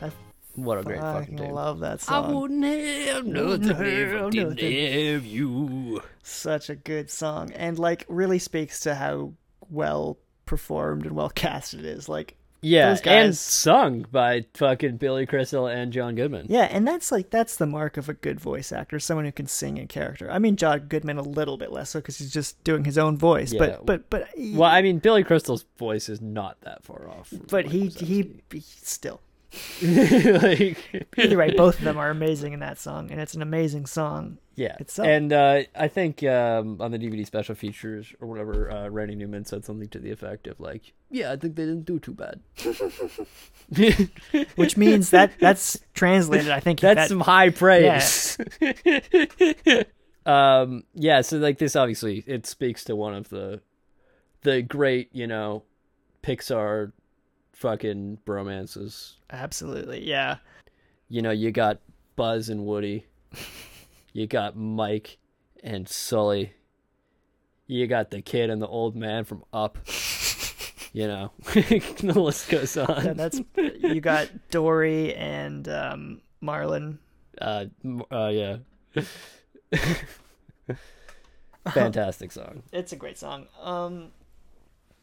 S4: I
S3: what a great fucking
S4: Ah, fucking
S3: day.
S4: love that song.
S3: have
S4: nothing if I didn't
S3: have you.
S4: Such a good song, and like really speaks to how well performed and well cast it is. Like
S3: Yeah,
S4: Those
S3: and
S4: guys-
S3: sung by fucking Billy Crystal and John Goodman.
S4: Yeah, and that's like that's the mark of a good voice actor, someone who can sing in character. I mean, John Goodman a little bit less so because he's just doing his own voice,
S3: Yeah.
S4: but but but he-
S3: Well, I mean, Billy Crystal's voice is not that far off. from
S4: but he,
S3: Mike
S4: he he still
S3: Wazowski. Like,
S4: either way, both of them are amazing in that song, and it's an amazing song.
S3: yeah.
S4: It's up.
S3: And uh, I think um, on the DVD special features or whatever, uh, Randy Newman said something to the effect of like, "Yeah, I think they didn't do too bad."
S4: which means that that's translated. I think
S3: That's
S4: that-
S3: some high praise. um, yeah, so like this obviously it speaks to one of the the great, you know, Pixar fucking bromances.
S4: absolutely yeah.
S3: You know, you got Buzz and Woody. you got Mike and Sully. You got the kid and the old man from Up. you know, the list goes
S4: Yeah,
S3: on.
S4: That's you got Dory and um, Marlon.
S3: Uh, m- uh yeah. Fantastic song.
S4: It's a great song. Um,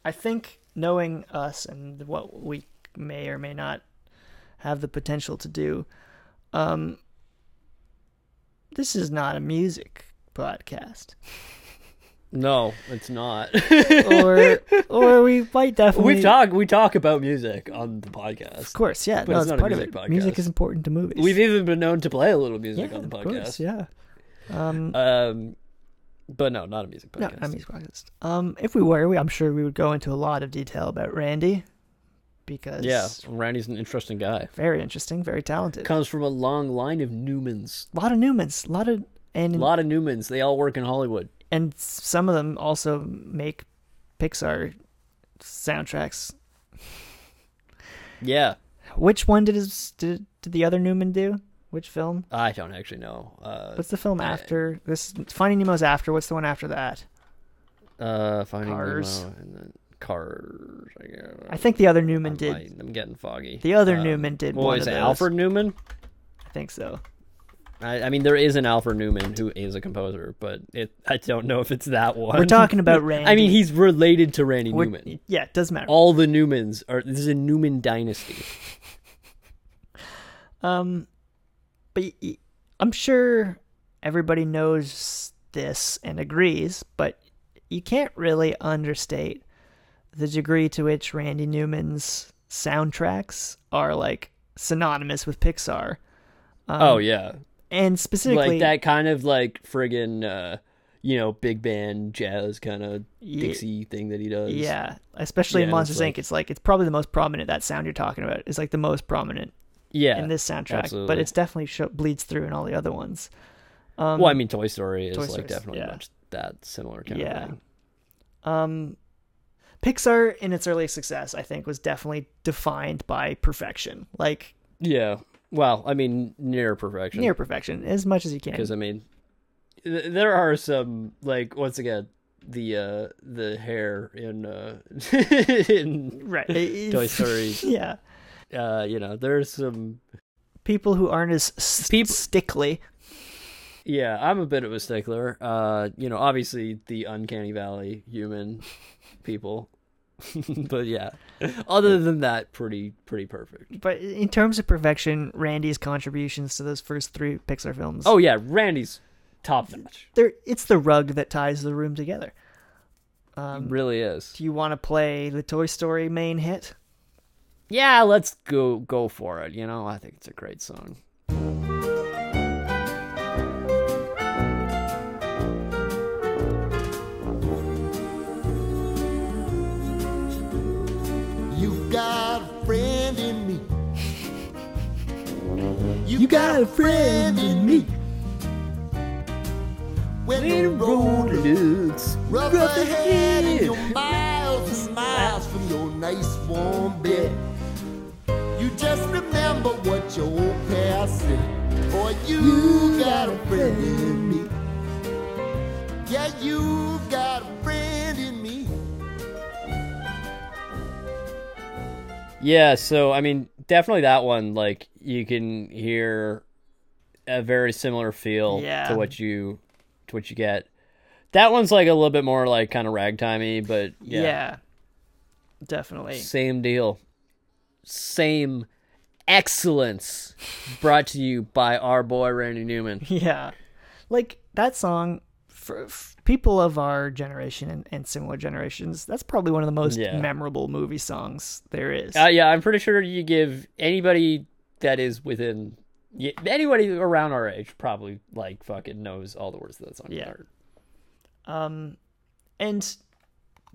S4: I think knowing us and what we may or may not have the potential to do, um, this is not a music podcast,
S3: No, it's not.
S4: or or we might definitely
S3: we talk we talk about music on the podcast.
S4: Of course, yeah,
S3: it's
S4: no, it's,
S3: not a
S4: part of it.
S3: music podcast.
S4: Music is important to movies.
S3: We've even been known to play a little
S4: yeah,
S3: music on the
S4: of
S3: podcast.
S4: course, yeah.
S3: Um but no, not a music
S4: No,
S3: podcast.
S4: not music podcast. Um, if we were, we, I'm sure we would go into a lot of detail about Randy because
S3: yeah, Randy's an interesting guy.
S4: very interesting, very talented.
S3: comes from a long line of Newmans.
S4: a lot of Newmans, a lot of and
S3: A lot of Newmans. They all work in Hollywood.
S4: and s- some of them also make Pixar soundtracks.
S3: Yeah.
S4: Which one did his, did, did the other Newman do? Which film?
S3: I don't actually know. Uh,
S4: What's the film after this? Finding Nemo's after. What's the one after that?
S3: uh, finding
S4: Cars?
S3: Nemo and then Cars. I guess.
S4: I think the other Newman
S3: I'm
S4: did.
S3: lighting- I'm getting foggy.
S4: The other Newman did
S3: What
S4: one
S3: was
S4: of
S3: it,
S4: those.
S3: Alfred Newman?
S4: I think so.
S3: I, I mean, there is an Alfred Newman who is a composer, but it I don't know if it's that one.
S4: We're talking about Randy.
S3: I mean, he's related to Randy
S4: We're-
S3: Newman.
S4: Yeah, it doesn't matter.
S3: All the Newmans are. This is a Newman dynasty.
S4: but y- y- I'm sure everybody knows this and agrees, but you can't really understate the degree to which Randy Newman's soundtracks are like synonymous with Pixar, Um,
S3: oh yeah,
S4: and
S3: like
S4: specifically
S3: that kind of like friggin' uh, you know big band jazz kind of Dixie thing that he does.
S4: Yeah, especially
S3: Yeah,
S4: in
S3: it's
S4: Monsters
S3: like-
S4: Inc. It's like it's probably the most prominent. That sound you're talking about is like the most prominent
S3: yeah.
S4: in this soundtrack, but
S3: absolutely.
S4: it's definitely show, bleeds through in all the other ones.
S3: well, I mean, Toy Story is
S4: um, Toy
S3: like
S4: Story's-
S3: definitely
S4: yeah.
S3: much that similar kind
S4: Yeah. Um,
S3: of thing.
S4: Pixar in its early success, I think, was definitely defined by perfection, like
S3: Yeah. Well, I mean, near perfection.
S4: near perfection, as much as you can.
S3: because I mean, th- there are some like once again the uh, the hair in uh, in
S4: Right.
S3: Toy Story.
S4: yeah.
S3: Uh, you know, there's some.
S4: People who aren't as s-
S3: Peop-
S4: stickly.
S3: Yeah, I'm a bit of a stickler. Uh, you know, obviously the uncanny valley human people, but yeah. Other than that, pretty pretty perfect.
S4: But in terms of perfection, Randy's contributions to those first three Pixar films.
S3: Oh yeah, Randy's top notch.
S4: they're, it's the rug that ties the room together.
S3: really is.
S4: Do you want to play the Toy Story main hit?
S3: Yeah, let's go go for it. You know, I think it's a great song.
S8: You've got a friend in me. You, got, a friend in me. When the road is rough ahead and you're miles and miles from your nice warm bed, you just remember what your old past said. Boy, you, got, a friend in me. Yeah, you got a friend in me.
S3: Yeah, so I mean, definitely that one. Like you can hear a very similar feel
S4: Yeah.
S3: to what you to what you get. That one's like a little bit more like kind of ragtimey, but yeah,
S4: Definitely.
S3: same deal, same excellence. Brought to you by our boy Randy Newman.
S4: Yeah. Like that song for, f people of our generation and, and similar generations, that's probably one of the most
S3: Yeah.
S4: memorable movie songs there is.
S3: Uh, yeah, I'm pretty sure you give anybody that is within yeah, anybody around our age probably like fucking knows all the words to that song.
S4: Yeah.
S3: Or-
S4: and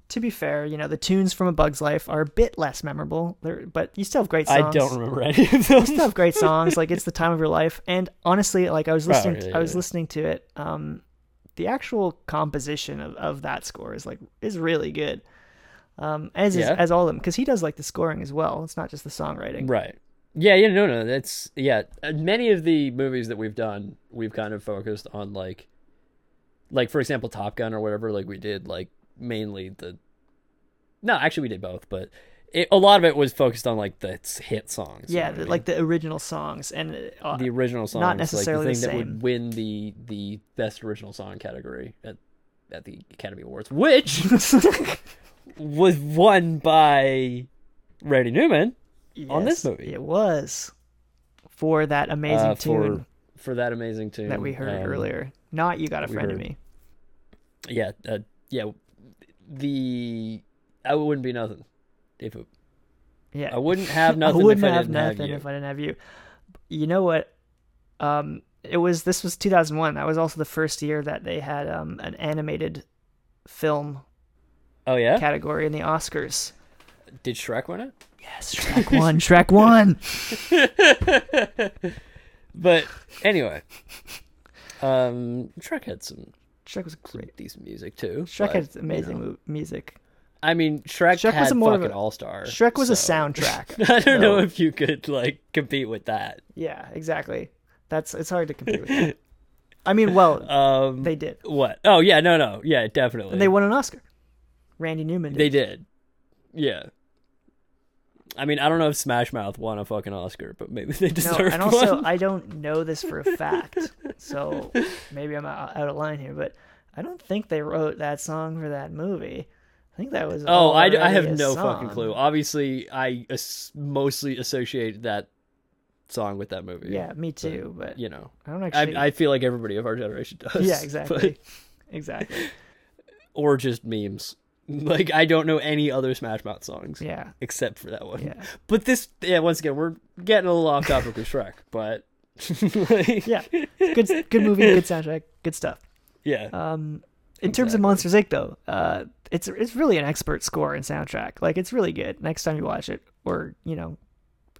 S4: to be fair, you know, the tunes from A Bug's Life are a bit less memorable, They're, but you still have great songs.
S3: I don't remember any of those.
S4: still have great songs like it's the time of your life and honestly like i was listening
S3: Oh, yeah,
S4: i was
S3: yeah.
S4: listening to it um the actual composition of, of that score is like is really good um as
S3: Yeah.
S4: is, as all of them because he does like the scoring as well it's not just the songwriting
S3: Right. Yeah, yeah, no, no, that's yeah. Uh, Many of the movies that we've done, we've kind of focused on like, like for example, Top Gun or whatever. Like we did like mainly the, no, actually we did both, but it, a lot of it was focused on like the s- hit songs. you know
S4: yeah
S3: what I
S4: the,
S3: mean?
S4: like the original songs and uh,
S3: the original songs,
S4: necessarily the
S3: like the thing that
S4: same.
S3: would win the the best original song category at at the Academy Awards, which was won by Randy Newman on this
S4: yes,
S3: movie.
S4: it was for that amazing
S3: uh,
S4: tune
S3: for for that amazing tune
S4: that we heard
S3: um,
S4: earlier not you got a friend of
S3: heard-
S4: me
S3: Yeah, uh, yeah. The I wouldn't be nothing if it,
S4: yeah
S3: I wouldn't have nothing.
S4: I wouldn't
S3: if I
S4: have
S3: didn't
S4: nothing
S3: have you.
S4: if I didn't have you. You know what? Um, it was this was 2001. That was also the first year that they had um, an animated film
S3: Oh yeah,
S4: category in the Oscars.
S3: did Shrek win it?
S4: Yes, Shrek one, Shrek one.
S3: But anyway, um, Shrek had some
S4: Shrek was great.
S3: decent music too.
S4: Shrek
S3: but,
S4: had
S3: you
S4: amazing
S3: know.
S4: mu- music.
S3: I mean, Shrek,
S4: Shrek was
S3: had
S4: a more of
S3: fucking
S4: a-
S3: all star.
S4: Shrek was a soundtrack.
S3: I don't know
S4: though.
S3: if you could like compete with that.
S4: yeah, exactly. That's it's hard to compete with. That. I mean, well,
S3: Um,
S4: they did.
S3: what? Oh yeah, no, no, yeah, definitely.
S4: And they won an Oscar. Randy Newman. Did.
S3: They did. Yeah. I mean, I don't know if Smash Mouth won a fucking Oscar, but maybe they
S4: No,
S3: deserved
S4: and also
S3: one.
S4: I don't know this for a fact, so maybe I'm out out of line here, but I don't think they wrote that song for that movie. I think that was
S3: oh, I, I have
S4: already a
S3: no fucking
S4: song.
S3: clue. Obviously, I as- mostly associate that song with that movie.
S4: Yeah, me too, but
S3: You know,
S4: I don't actually.
S3: I, I feel like everybody of our generation does.
S4: yeah,
S3: but-
S4: exactly, exactly.
S3: or just memes. Like I don't know any other Smash Mouth songs.
S4: Yeah.
S3: Except for that one.
S4: Yeah.
S3: But this, yeah. Once again, we're getting a little off topic with Shrek, but
S4: Yeah, good, good movie, good soundtrack, good stuff. Uh,
S3: yeah.
S4: In terms of Monsters Inc., though, uh, it's it's really an expert score and soundtrack. Like it's really good. Next time you watch it, or you know,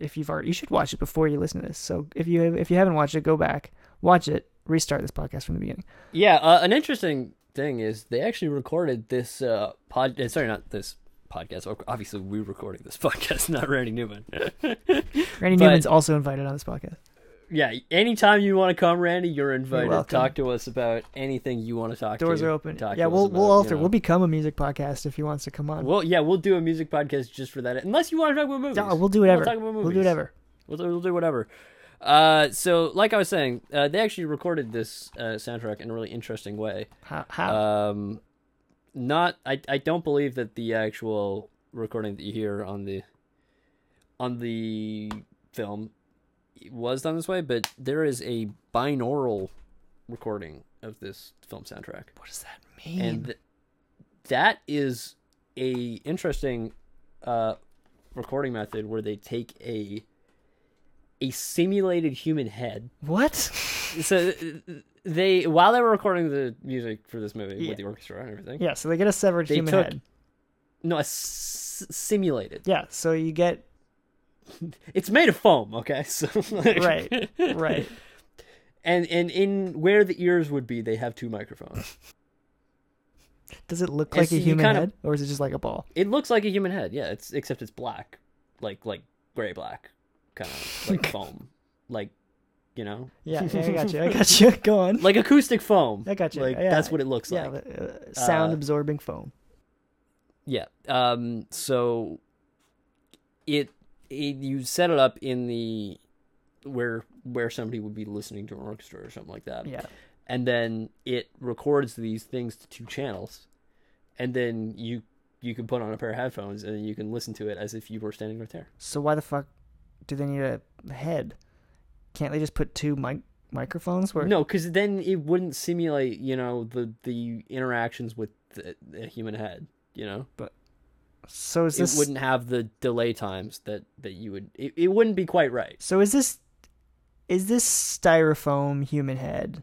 S4: if you've already, you should watch it before you listen to this. So if you if you haven't watched it, go back, watch it, restart this podcast from the beginning.
S3: Yeah, uh, an interesting thing is they actually recorded this uh, pod. uh, Sorry, not this podcast. Ob- Obviously, we're recording this podcast, not Randy Newman.
S4: Randy
S3: But-
S4: Newman's also invited on this podcast.
S3: yeah, anytime you want to come, Randy, you're invited.
S4: welcome.
S3: talk to us about anything you want to talk
S4: Doors
S3: to.
S4: are open.
S3: Talk
S4: Yeah,
S3: to us
S4: we'll
S3: about,
S4: we'll
S3: you
S4: alter.
S3: know.
S4: We'll become a music podcast if he wants to come on.
S3: Well, yeah, we'll do a music podcast just for that. Unless you want to talk about movies,
S4: No, we'll do whatever.
S3: We'll, talk about movies.
S4: We'll do whatever.
S3: We'll, we'll do whatever. Uh, so, like I was saying, uh, they actually recorded this uh, soundtrack in a really interesting way.
S4: How? how?
S3: Um, not I I don't believe that the actual recording that you hear on the on the film was done this way, but there is a binaural recording of this film soundtrack
S4: what does that mean?
S3: and th- that is a interesting uh, recording method where they take a a simulated human head.
S4: what?
S3: So uh, they while they were recording the music for this movie
S4: Yeah.
S3: with the orchestra and everything,
S4: yeah. So they get a severed
S3: they
S4: human
S3: took
S4: head.
S3: no a s- simulated.
S4: Yeah. So you get
S3: It's made of foam, okay? So like-
S4: right, right.
S3: and and in where the ears would be, they have two microphones.
S4: Does it look
S3: And
S4: like
S3: so
S4: a
S3: you
S4: human
S3: kinda-
S4: head, or is it just like a ball?
S3: It looks like a human head, yeah. It's except it's black, like like gray black, kind of like foam, like you know,
S4: Yeah, yeah, I got you. I got you. Go on.
S3: like acoustic foam.
S4: I got you.
S3: Like
S4: Yeah.
S3: that's what it looks
S4: yeah,
S3: like.
S4: but, uh, sound absorbing foam.
S3: Yeah. Um. So it, it you set it up in the where where somebody would be listening to an orchestra or something like that.
S4: Yeah.
S3: and then it records these things to two channels and then you you can put on a pair of headphones and you can listen to it as if you were standing right there
S4: So why the fuck do they need a head? Can't they just put two mic microphones? Where
S3: no because then it wouldn't simulate you know the the interactions with the, the human head you know
S4: So is
S3: it
S4: this?
S3: wouldn't have the delay times that that you would it, it wouldn't be quite right
S4: So is this? Is this styrofoam human head?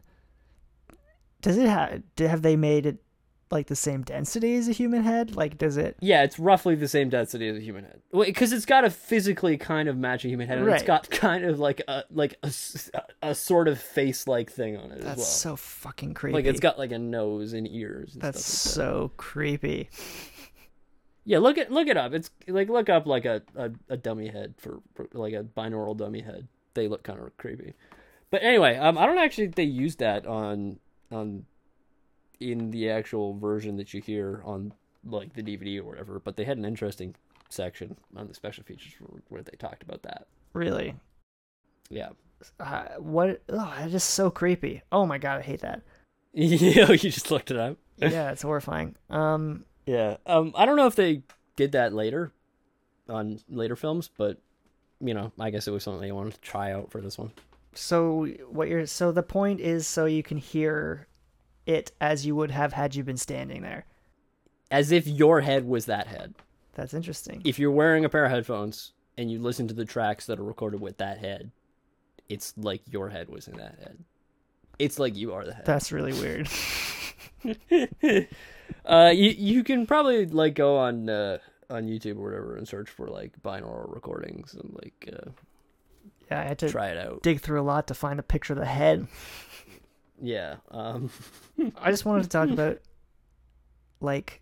S4: Does it have? Have they made it like the same density as a human head? Like, does it?
S3: yeah it's roughly the same density as a human head because it's got to physically kind of match a human head and it's
S4: Right.
S3: got kind of like a like a, s- a sort of face like thing on it as
S4: That's
S3: well
S4: so fucking creepy.
S3: Like it's got like a nose and ears. And
S4: That's
S3: stuff like that.
S4: so creepy.
S3: yeah. Look it look it up. It's like look up like a a, a dummy head for, for like a binaural dummy head. They look kind of creepy. But anyway, um, I don't actually think they used that on on in the actual version that you hear on like the DVD or whatever. But they had an interesting section on the special features where, where they talked about that.
S4: Really.
S3: Yeah.
S4: Uh, what? Oh, that's just so creepy. Oh my god, I hate that.
S3: you just looked it up.
S4: Yeah, it's horrifying. Um,
S3: Yeah. Um, I don't know if they did that later on later films, but you know, I guess it was something they wanted to try out for this one.
S4: so what you're so the point is so you can hear it as you would have had you been standing there.
S3: As if your head was that head.
S4: That's interesting.
S3: If you're wearing a pair of headphones and you listen to the tracks that are recorded with that head, it's like your head was in that head. It's like you are the head.
S4: That's really weird.
S3: Uh, you you can probably like go on uh, on YouTube or whatever and search for like binaural recordings and like uh,
S4: yeah, I had to
S3: try it out.
S4: dig through a lot to find a picture of the head.
S3: Yeah. Um.
S4: I just wanted to talk about like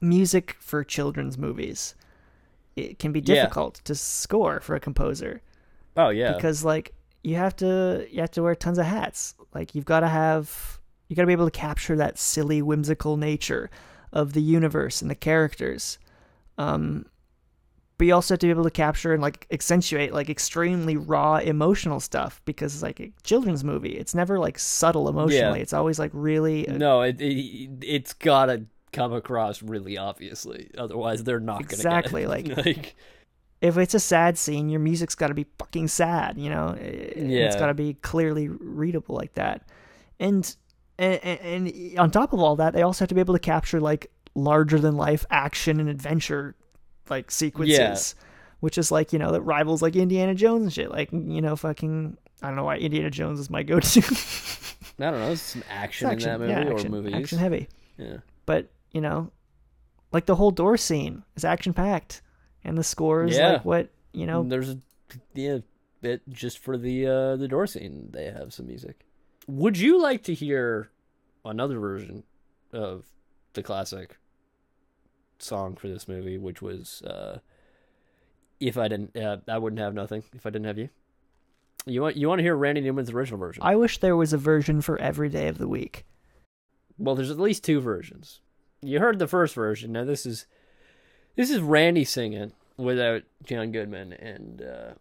S4: music for children's movies. It can be
S3: Yeah.
S4: difficult to score for a composer.
S3: Oh yeah.
S4: because like you have to you have to wear tons of hats like you've got to have you got to be able to capture that silly whimsical nature of the universe and the characters um but you also have to be able to capture and like accentuate like extremely raw emotional stuff because it's like a children's movie it's never like subtle emotionally it's always like really
S3: No, it, it it's gotta come across really obviously. Otherwise, they're not
S4: Exactly,
S3: gonna
S4: like-
S3: get it. like
S4: if it's a sad scene your music's got to be fucking sad you know yeah. it's
S3: Yeah.
S4: got to be clearly readable like that and, and and on top of all that they also have to be able to capture like larger than life action and adventure like sequences which is like you know that rivals like indiana jones and shit like you know fucking i don't know why indiana jones is my go-to
S3: I don't know, it's some action,
S4: action,
S3: in that movie
S4: yeah,
S3: or
S4: action,
S3: movies.
S4: action heavy
S3: Yeah,
S4: but you know like the whole door scene is action packed and the score is
S3: Yeah.
S4: like what you know
S3: And there's a yeah bit just for the uh, the door scene. They have some music. Would you like to hear another version of the classic song for this movie, which was uh, "If I Didn't, uh, I Wouldn't Have Nothing If I Didn't Have You"? You want you want to hear Randy Newman's original version?
S4: I wish there was a version for every day of the week.
S3: Well, there's at least two versions. You heard the first version. Now this is this is Randy singing without John Goodman and uh,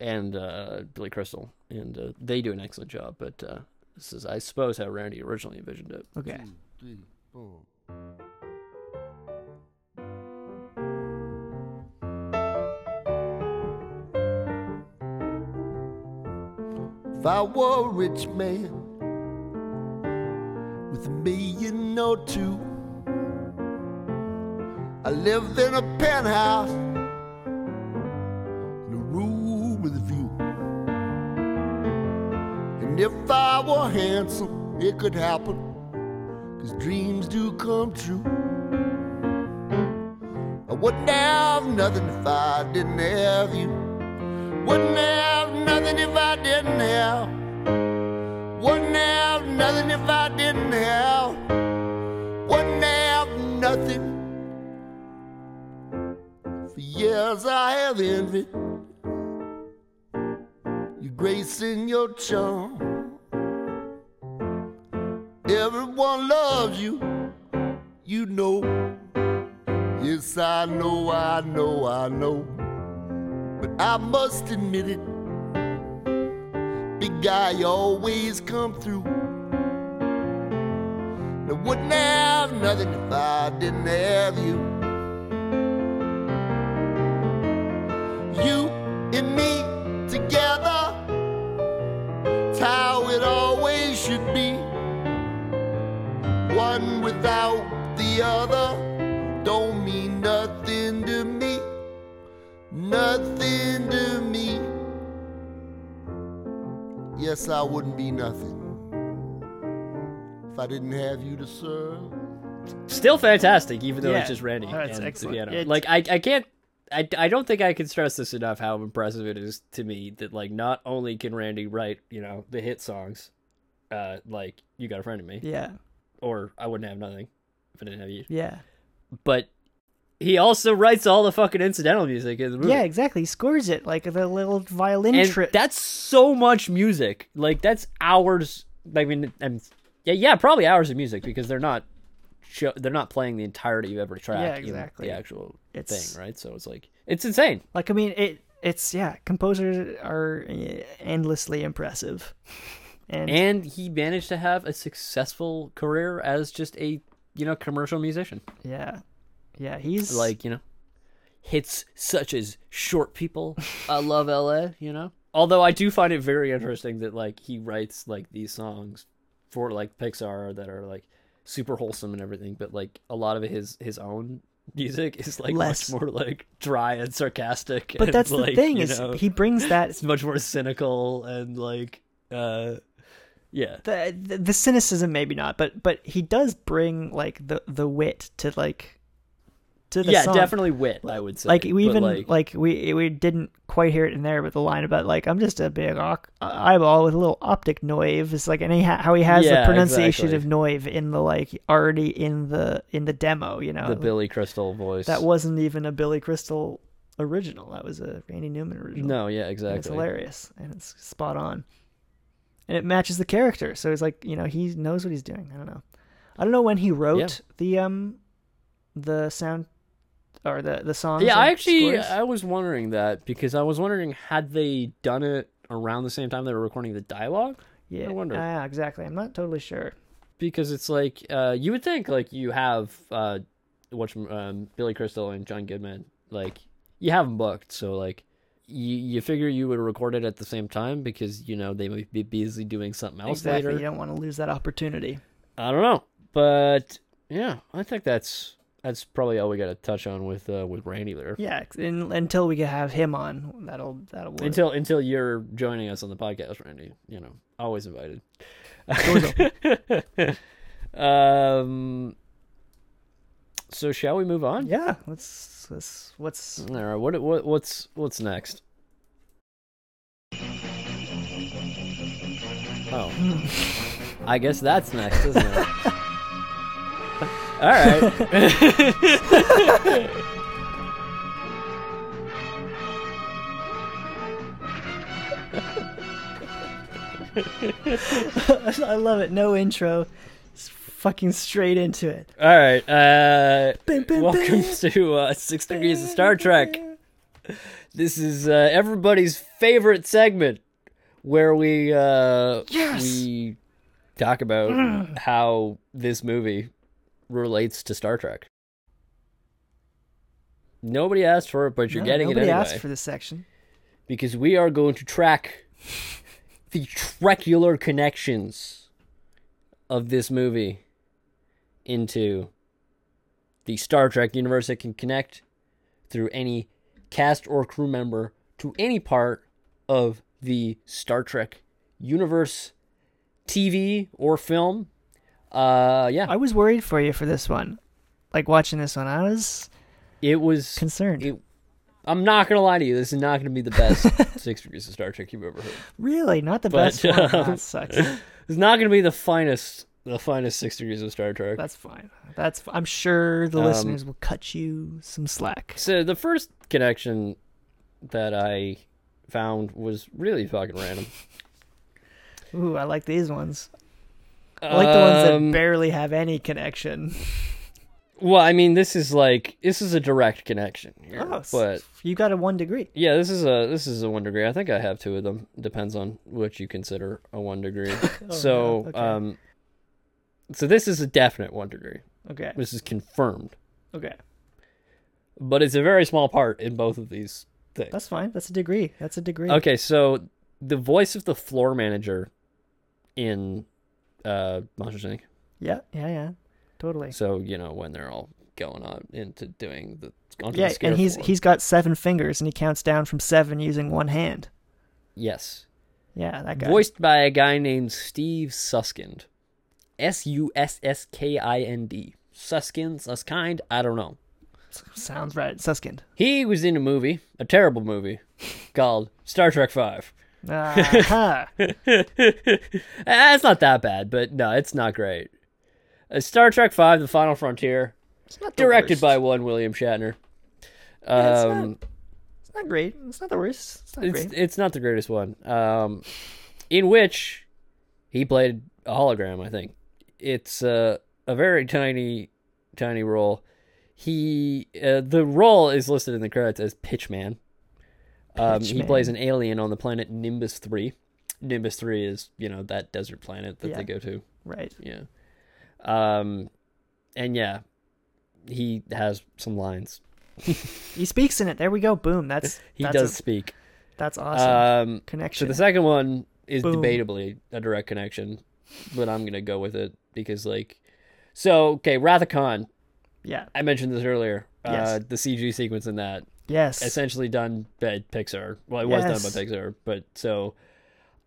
S3: and uh, Billy Crystal, and uh, they do an excellent job. But uh, this is, I suppose, how Randy originally envisioned it.
S4: Okay.
S8: If I were a rich man with a million or two, I lived in a penthouse in a room with a view. And if I were handsome, it could happen, 'cause dreams do come true. I wouldn't have nothing if I didn't have you. Wouldn't have nothing if I didn't have. Wouldn't have nothing if I didn't have. Wouldn't have nothing. For years I have envied your grace and your charm. Everyone loves you, you know. Yes, I know, I know, I know but I must admit it. Big guy you always come through. And I wouldn't have nothing if I didn't have you. You and me together. It's how it always should be. One without the other don't mean nothing to me nothing to me. Yes, I wouldn't be nothing if I didn't have you to serve.
S3: Still fantastic, even though
S4: Yeah.
S3: it's just Randy
S4: That's
S3: and
S4: excellent.
S3: the piano.
S4: It's-
S3: Like I, I can't. I, I don't think I can stress this enough how impressive it is to me that like not only can Randy write you know the hit songs, uh like you got a friend of me
S4: Yeah.
S3: or I wouldn't have nothing if I didn't have you,
S4: Yeah.
S3: but he also writes all the fucking incidental music in the movie.
S4: Yeah, exactly. He scores it like the little violin
S3: and
S4: trip.
S3: that's so much music. Like that's hours. I mean, and yeah, yeah, probably hours of music because they're not show, they're not playing the entirety of every track.
S4: Yeah,
S3: in
S4: exactly.
S3: the actual
S4: It's-
S3: thing, right? So it's like it's insane.
S4: like I mean, it it's yeah, composers are eh, endlessly impressive. And,
S3: And he managed to have a successful career as just a you know commercial musician.
S4: yeah. Yeah, he's
S3: Like you know, hits such as "Short People," "I Love L.A." You know. Although I do find it very interesting that like he writes like these songs for like Pixar that are like super wholesome and everything, but like a lot of his his own music is like
S4: Less.
S3: much more like dry and sarcastic.
S4: But
S3: and,
S4: that's
S3: like,
S4: the thing
S3: you
S4: is
S3: know,
S4: he brings that
S3: it's much more cynical and like uh yeah.
S4: the, the the cynicism maybe not, but but he does bring like the the wit to like to the
S3: yeah,
S4: song.
S3: definitely wit. I would say.
S4: Like we
S3: But,
S4: even
S3: like,
S4: like, we we didn't quite hear it in there, but the line about like I'm just a big oc- eyeball with a little optic noive is like and he ha- how he has
S3: Yeah,
S4: the pronunciation
S3: exactly.
S4: of noive in the like already in the in the demo, you know.
S3: the Billy Crystal voice.
S4: that wasn't even a Billy Crystal original. That was a Randy Newman original.
S3: no, yeah,
S4: And it's
S3: exactly.
S4: hilarious and it's spot on, and it matches the character. So he's like, you know, he knows what he's doing. I don't know. I don't know when he wrote the um, the sound or the the songs.
S3: Yeah,
S4: and
S3: I actually
S4: scores.
S3: I was wondering that because I was wondering had they done it around the same time they were recording the dialogue
S4: yeah,
S3: wonder.
S4: Ah, exactly. I'm not totally sure.
S3: because it's like uh, you would think like you have uh, what um, Billy Crystal and John Goodman like you have them booked so like you you figure you would record it at the same time because you know they might be busy doing something else
S4: Exactly.
S3: later.
S4: You don't want to lose that opportunity.
S3: I don't know, but yeah, I think that's that's probably all we got to touch on with uh, with Randy there.
S4: Yeah, in, until we can have him on, that'll that'll work.
S3: until until you're joining us on the podcast, Randy. You know, always invited. um. So shall we move on?
S4: yeah, let's let's what's
S3: All right. What what what's what's next? Oh, I guess that's next, isn't it? All right.
S4: I love it. No intro. Just fucking straight into it.
S3: All right. Uh,
S4: Bim, bim,
S3: welcome
S4: bim.
S3: to uh, Six Degrees of Star Trek. This is uh, everybody's favorite segment where we uh,
S4: Yes. Mm.
S3: we talk about how this movie relates to Star Trek. Nobody asked for it, but you're
S4: No,
S3: getting it
S4: nobody
S3: anyway
S4: asked for this section.
S3: because we are going to track the trecular connections of this movie into the Star Trek universe that can connect through any cast or crew member to any part of the Star Trek universe, TV or film. Uh, yeah,
S4: I was worried for you for this one. Like watching this one, I was
S3: it was.
S4: concerned.
S3: It, I'm not gonna lie to you. This is not gonna be the best Six Degrees of Star Trek you've ever heard.
S4: really not the
S3: But,
S4: best one. Ah,
S3: um,
S4: that sucks.
S3: It's not going to be the finest, the finest six degrees of Star Trek.
S4: That's fine. That's I'm sure
S3: Um,
S4: the listeners will cut you some slack.
S3: So the first connection that I found was really fucking random.
S4: Ooh, I like these ones. I like the ones
S3: Um,
S4: that barely have any connection.
S3: Well, I mean, this is like this is a direct connection here,
S4: Oh, s-
S3: but
S4: you got a one degree.
S3: yeah, this is a this is a one degree. I think I have two of them. Depends on what you consider a one degree. so,
S4: yeah, Oh, okay.
S3: um, so this is a definite one degree.
S4: Okay.
S3: This is confirmed,
S4: Okay.
S3: but it's a very small part in both of these things.
S4: That's fine. That's a degree. That's a degree.
S3: Okay, so the voice of the floor manager in uh Monsters Inc.
S4: Yeah. Yeah. Yeah. Totally.
S3: So you know when they're all going on into doing the onto
S4: Yeah,
S3: the
S4: and he's
S3: scare floor.
S4: he's got seven fingers and he counts down from seven using one hand.
S3: yes,
S4: Yeah, that guy.
S3: voiced by a guy named Steve Suskind, S U S S K I N D. Suskind, Suskind, I don't know.
S4: sounds right. Suskind.
S3: He was in a movie, a terrible movie, called Star Trek Eh, Five.
S4: Uh-huh.
S3: Eh, it's not that bad, but no, it's not great. Uh, Star Trek Five: The Final Frontier,
S4: it's not the
S3: directed
S4: worst.
S3: by one William Shatner.
S4: it's not
S3: Um,
S4: It's not great. It's not the worst. It's not
S3: it's,
S4: great.
S3: it's not the greatest one. Um, in which he played a hologram, I think. It's uh, a very tiny, tiny role. He uh, the role is listed in the credits as Pitchman. Um, He
S4: Pitchman.
S3: plays an alien on the planet Nimbus Three. Nimbus Three is you know that desert planet that
S4: Yeah.
S3: they go to.
S4: Right.
S3: Yeah. Um, and yeah, he has some lines.
S4: He speaks in it. There we go. Boom. That's
S3: He
S4: that's
S3: does
S4: a-
S3: speak.
S4: that's awesome.
S3: Um, So
S4: Connection.
S3: the second one is
S4: Boom.
S3: debatably a direct connection, but I'm gonna go with it because like, so okay, Wrath of Khan.
S4: yeah.
S3: I mentioned this earlier. Uh,
S4: Yes.
S3: the CG sequence in that
S4: Yes.
S3: essentially done by Pixar. Well, it was
S4: Yes.
S3: done by Pixar, but so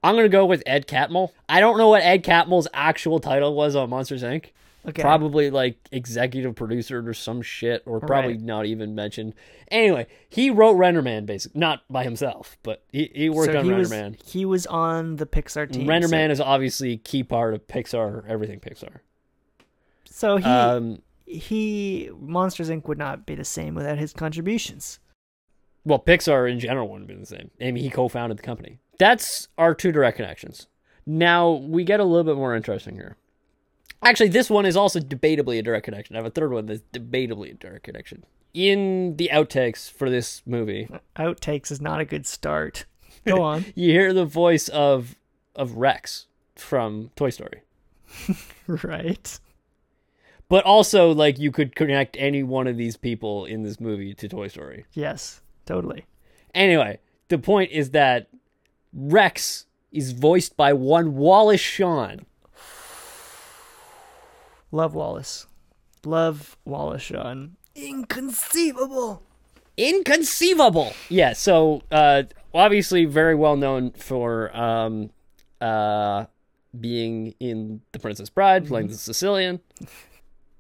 S3: I'm gonna go with Ed Catmull. I don't know what Ed Catmull's actual title was on Monsters Inc.
S4: okay.
S3: Probably like executive producer or some shit, or probably
S4: Right.
S3: not even mentioned. Anyway, he wrote Renderman, basically not by himself, but he, he worked
S4: so
S3: on
S4: he was
S3: Renderman.
S4: he was on the Pixar team.
S3: Renderman is obviously a key part of Pixar, everything Pixar.
S4: So, so he
S3: um,
S4: he Monsters Inc would not be the same without his contributions.
S3: well, Pixar in general wouldn't have been the same. I mean, he co-founded the company. That's our two direct connections. Now we get a little bit more interesting here. Actually, this one is also debatably a direct connection. I have a third one that's debatably a direct connection. In the outtakes for this movie,
S4: Outtakes is not a good start. Go on.
S3: you hear the voice of of Rex from Toy Story.
S4: right.
S3: But also, like, you could connect any one of these people in this movie to Toy Story.
S4: Yes. Totally.
S3: Anyway, the point is that Rex is voiced by one Wallace Shawn.
S4: Love Wallace. Love Wallace Shawn. Inconceivable.
S3: Inconceivable. Yeah, so uh obviously very well known for um uh being in The Princess Bride, playing the Sicilian.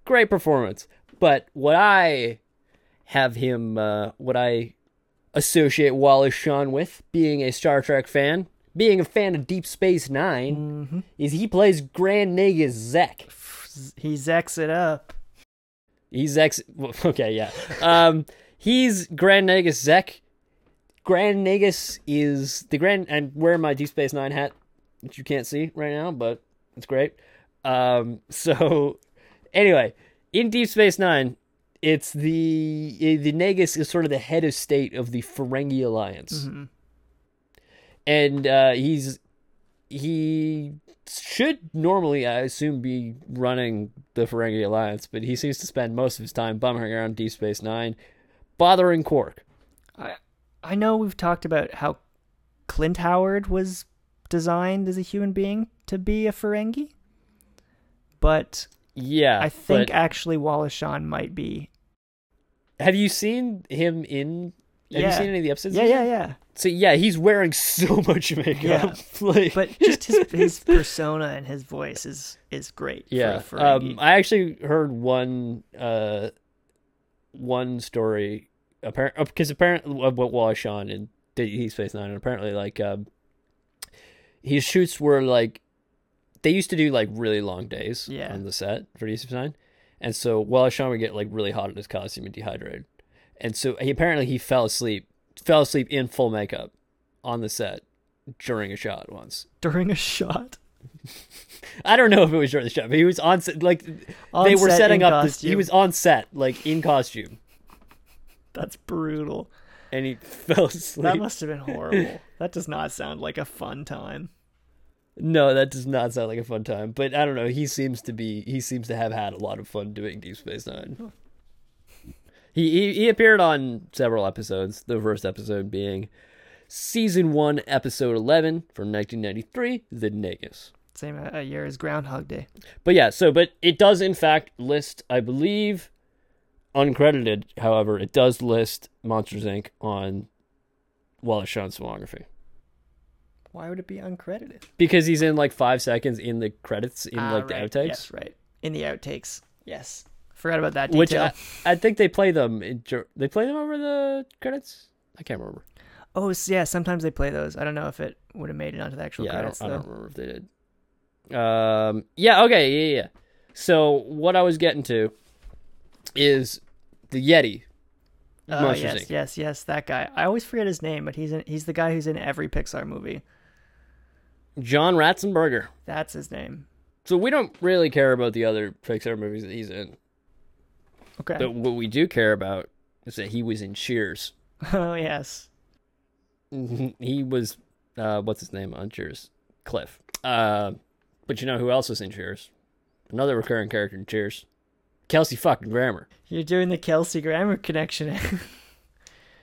S3: Great performance. But what I have him uh what I associate Wallace Shawn with, being a Star Trek fan, being a fan of Deep Space 9 is he plays Grand Negus Zek.
S4: He zeks it up.
S3: He's ex. well, Okay, yeah. Um, he's Grand Negus Zek Grand Nagus is the Grand. I'm wearing my Deep Space Nine hat, which you can't see right now, but it's great. Um, so anyway, in Deep Space Nine, it's the eh, the Nagus is sort of the head of state of the Ferengi Alliance, and uh, he's he should normally, I assume, be running the Ferengi Alliance, but he seems to spend most of his time bumming around Deep Space Nine, bothering Quark.
S4: I know we've talked about how Clint Howard was designed as a human being to be a Ferengi, but
S3: Yeah,
S4: I think
S3: but-
S4: actually Wallace Shawn might be.
S3: Have you seen him in? Have you
S4: Yeah.
S3: seen any of the episodes?
S4: Yeah, yeah, yeah.
S3: So yeah, he's wearing so much makeup.
S4: Yeah.
S3: like,
S4: But just his his persona and his voice is is great. for a
S3: yeah.
S4: Ferengi.
S3: Um, I actually heard one uh, one story uh, apparent because apparently of what was Sean and Deep Space Nine, and apparently like um, his shoots were like they used to do like really long days
S4: Yeah.
S3: on the set for Deep Space Nine, and so Wallace Shawn would get like really hot in his costume and dehydrated, and so he apparently he fell asleep fell asleep in full makeup on the set during a shot once.
S4: during a shot.
S3: I don't know if it was during the shot, but he was on set. Like
S4: On
S3: they were
S4: set
S3: setting
S4: in
S3: up this. He
S4: costume.
S3: was on set, like in costume,
S4: That's brutal.
S3: and he fell asleep.
S4: That must have been horrible. that does not sound like a fun time.
S3: No, that does not sound like a fun time. But I don't know. He seems to be. He seems to have had a lot of fun doing Deep Space Nine. He he, he appeared on several episodes. The first episode being season one, episode eleven from 1993, The Negus.
S4: Same uh, year as Groundhog Day.
S3: But yeah, so but it does in fact list, I believe, uncredited. However, it does list Monsters Inc. on Wallace Shawn's filmography
S4: Why would it be uncredited?
S3: because he's in like five seconds in the credits in
S4: Ah,
S3: like the
S4: right.
S3: outtakes,
S4: Yes, right. In the outtakes. Yes. Forgot about that detail.
S3: which uh, I, I think they play them. In, dur- they play them over the credits. I can't remember.
S4: Oh, s- yeah, sometimes they play those. I don't know if it would have made it onto the actual
S3: yeah,
S4: credits,
S3: I don't, I
S4: though.
S3: don't remember if they did. Um, yeah, okay, yeah, yeah. So what I was getting to is the Yeti.
S4: Oh,
S3: Monsters,
S4: yes,
S3: Inc.
S4: yes, yes, that guy. I always forget his name, but he's in, he's the guy who's in every Pixar movie.
S3: John Ratzenberger.
S4: That's his name.
S3: So we don't really care about the other Pixar movies that he's in,
S4: Okay.
S3: but what we do care about is that he was in Cheers.
S4: Oh, yes.
S3: he was, uh, what's his name on Cheers? Cliff. Uh, but you know who else was in Cheers? Another recurring character in Cheers, Kelsey fucking Grammer.
S4: You're doing the Kelsey Grammer connection.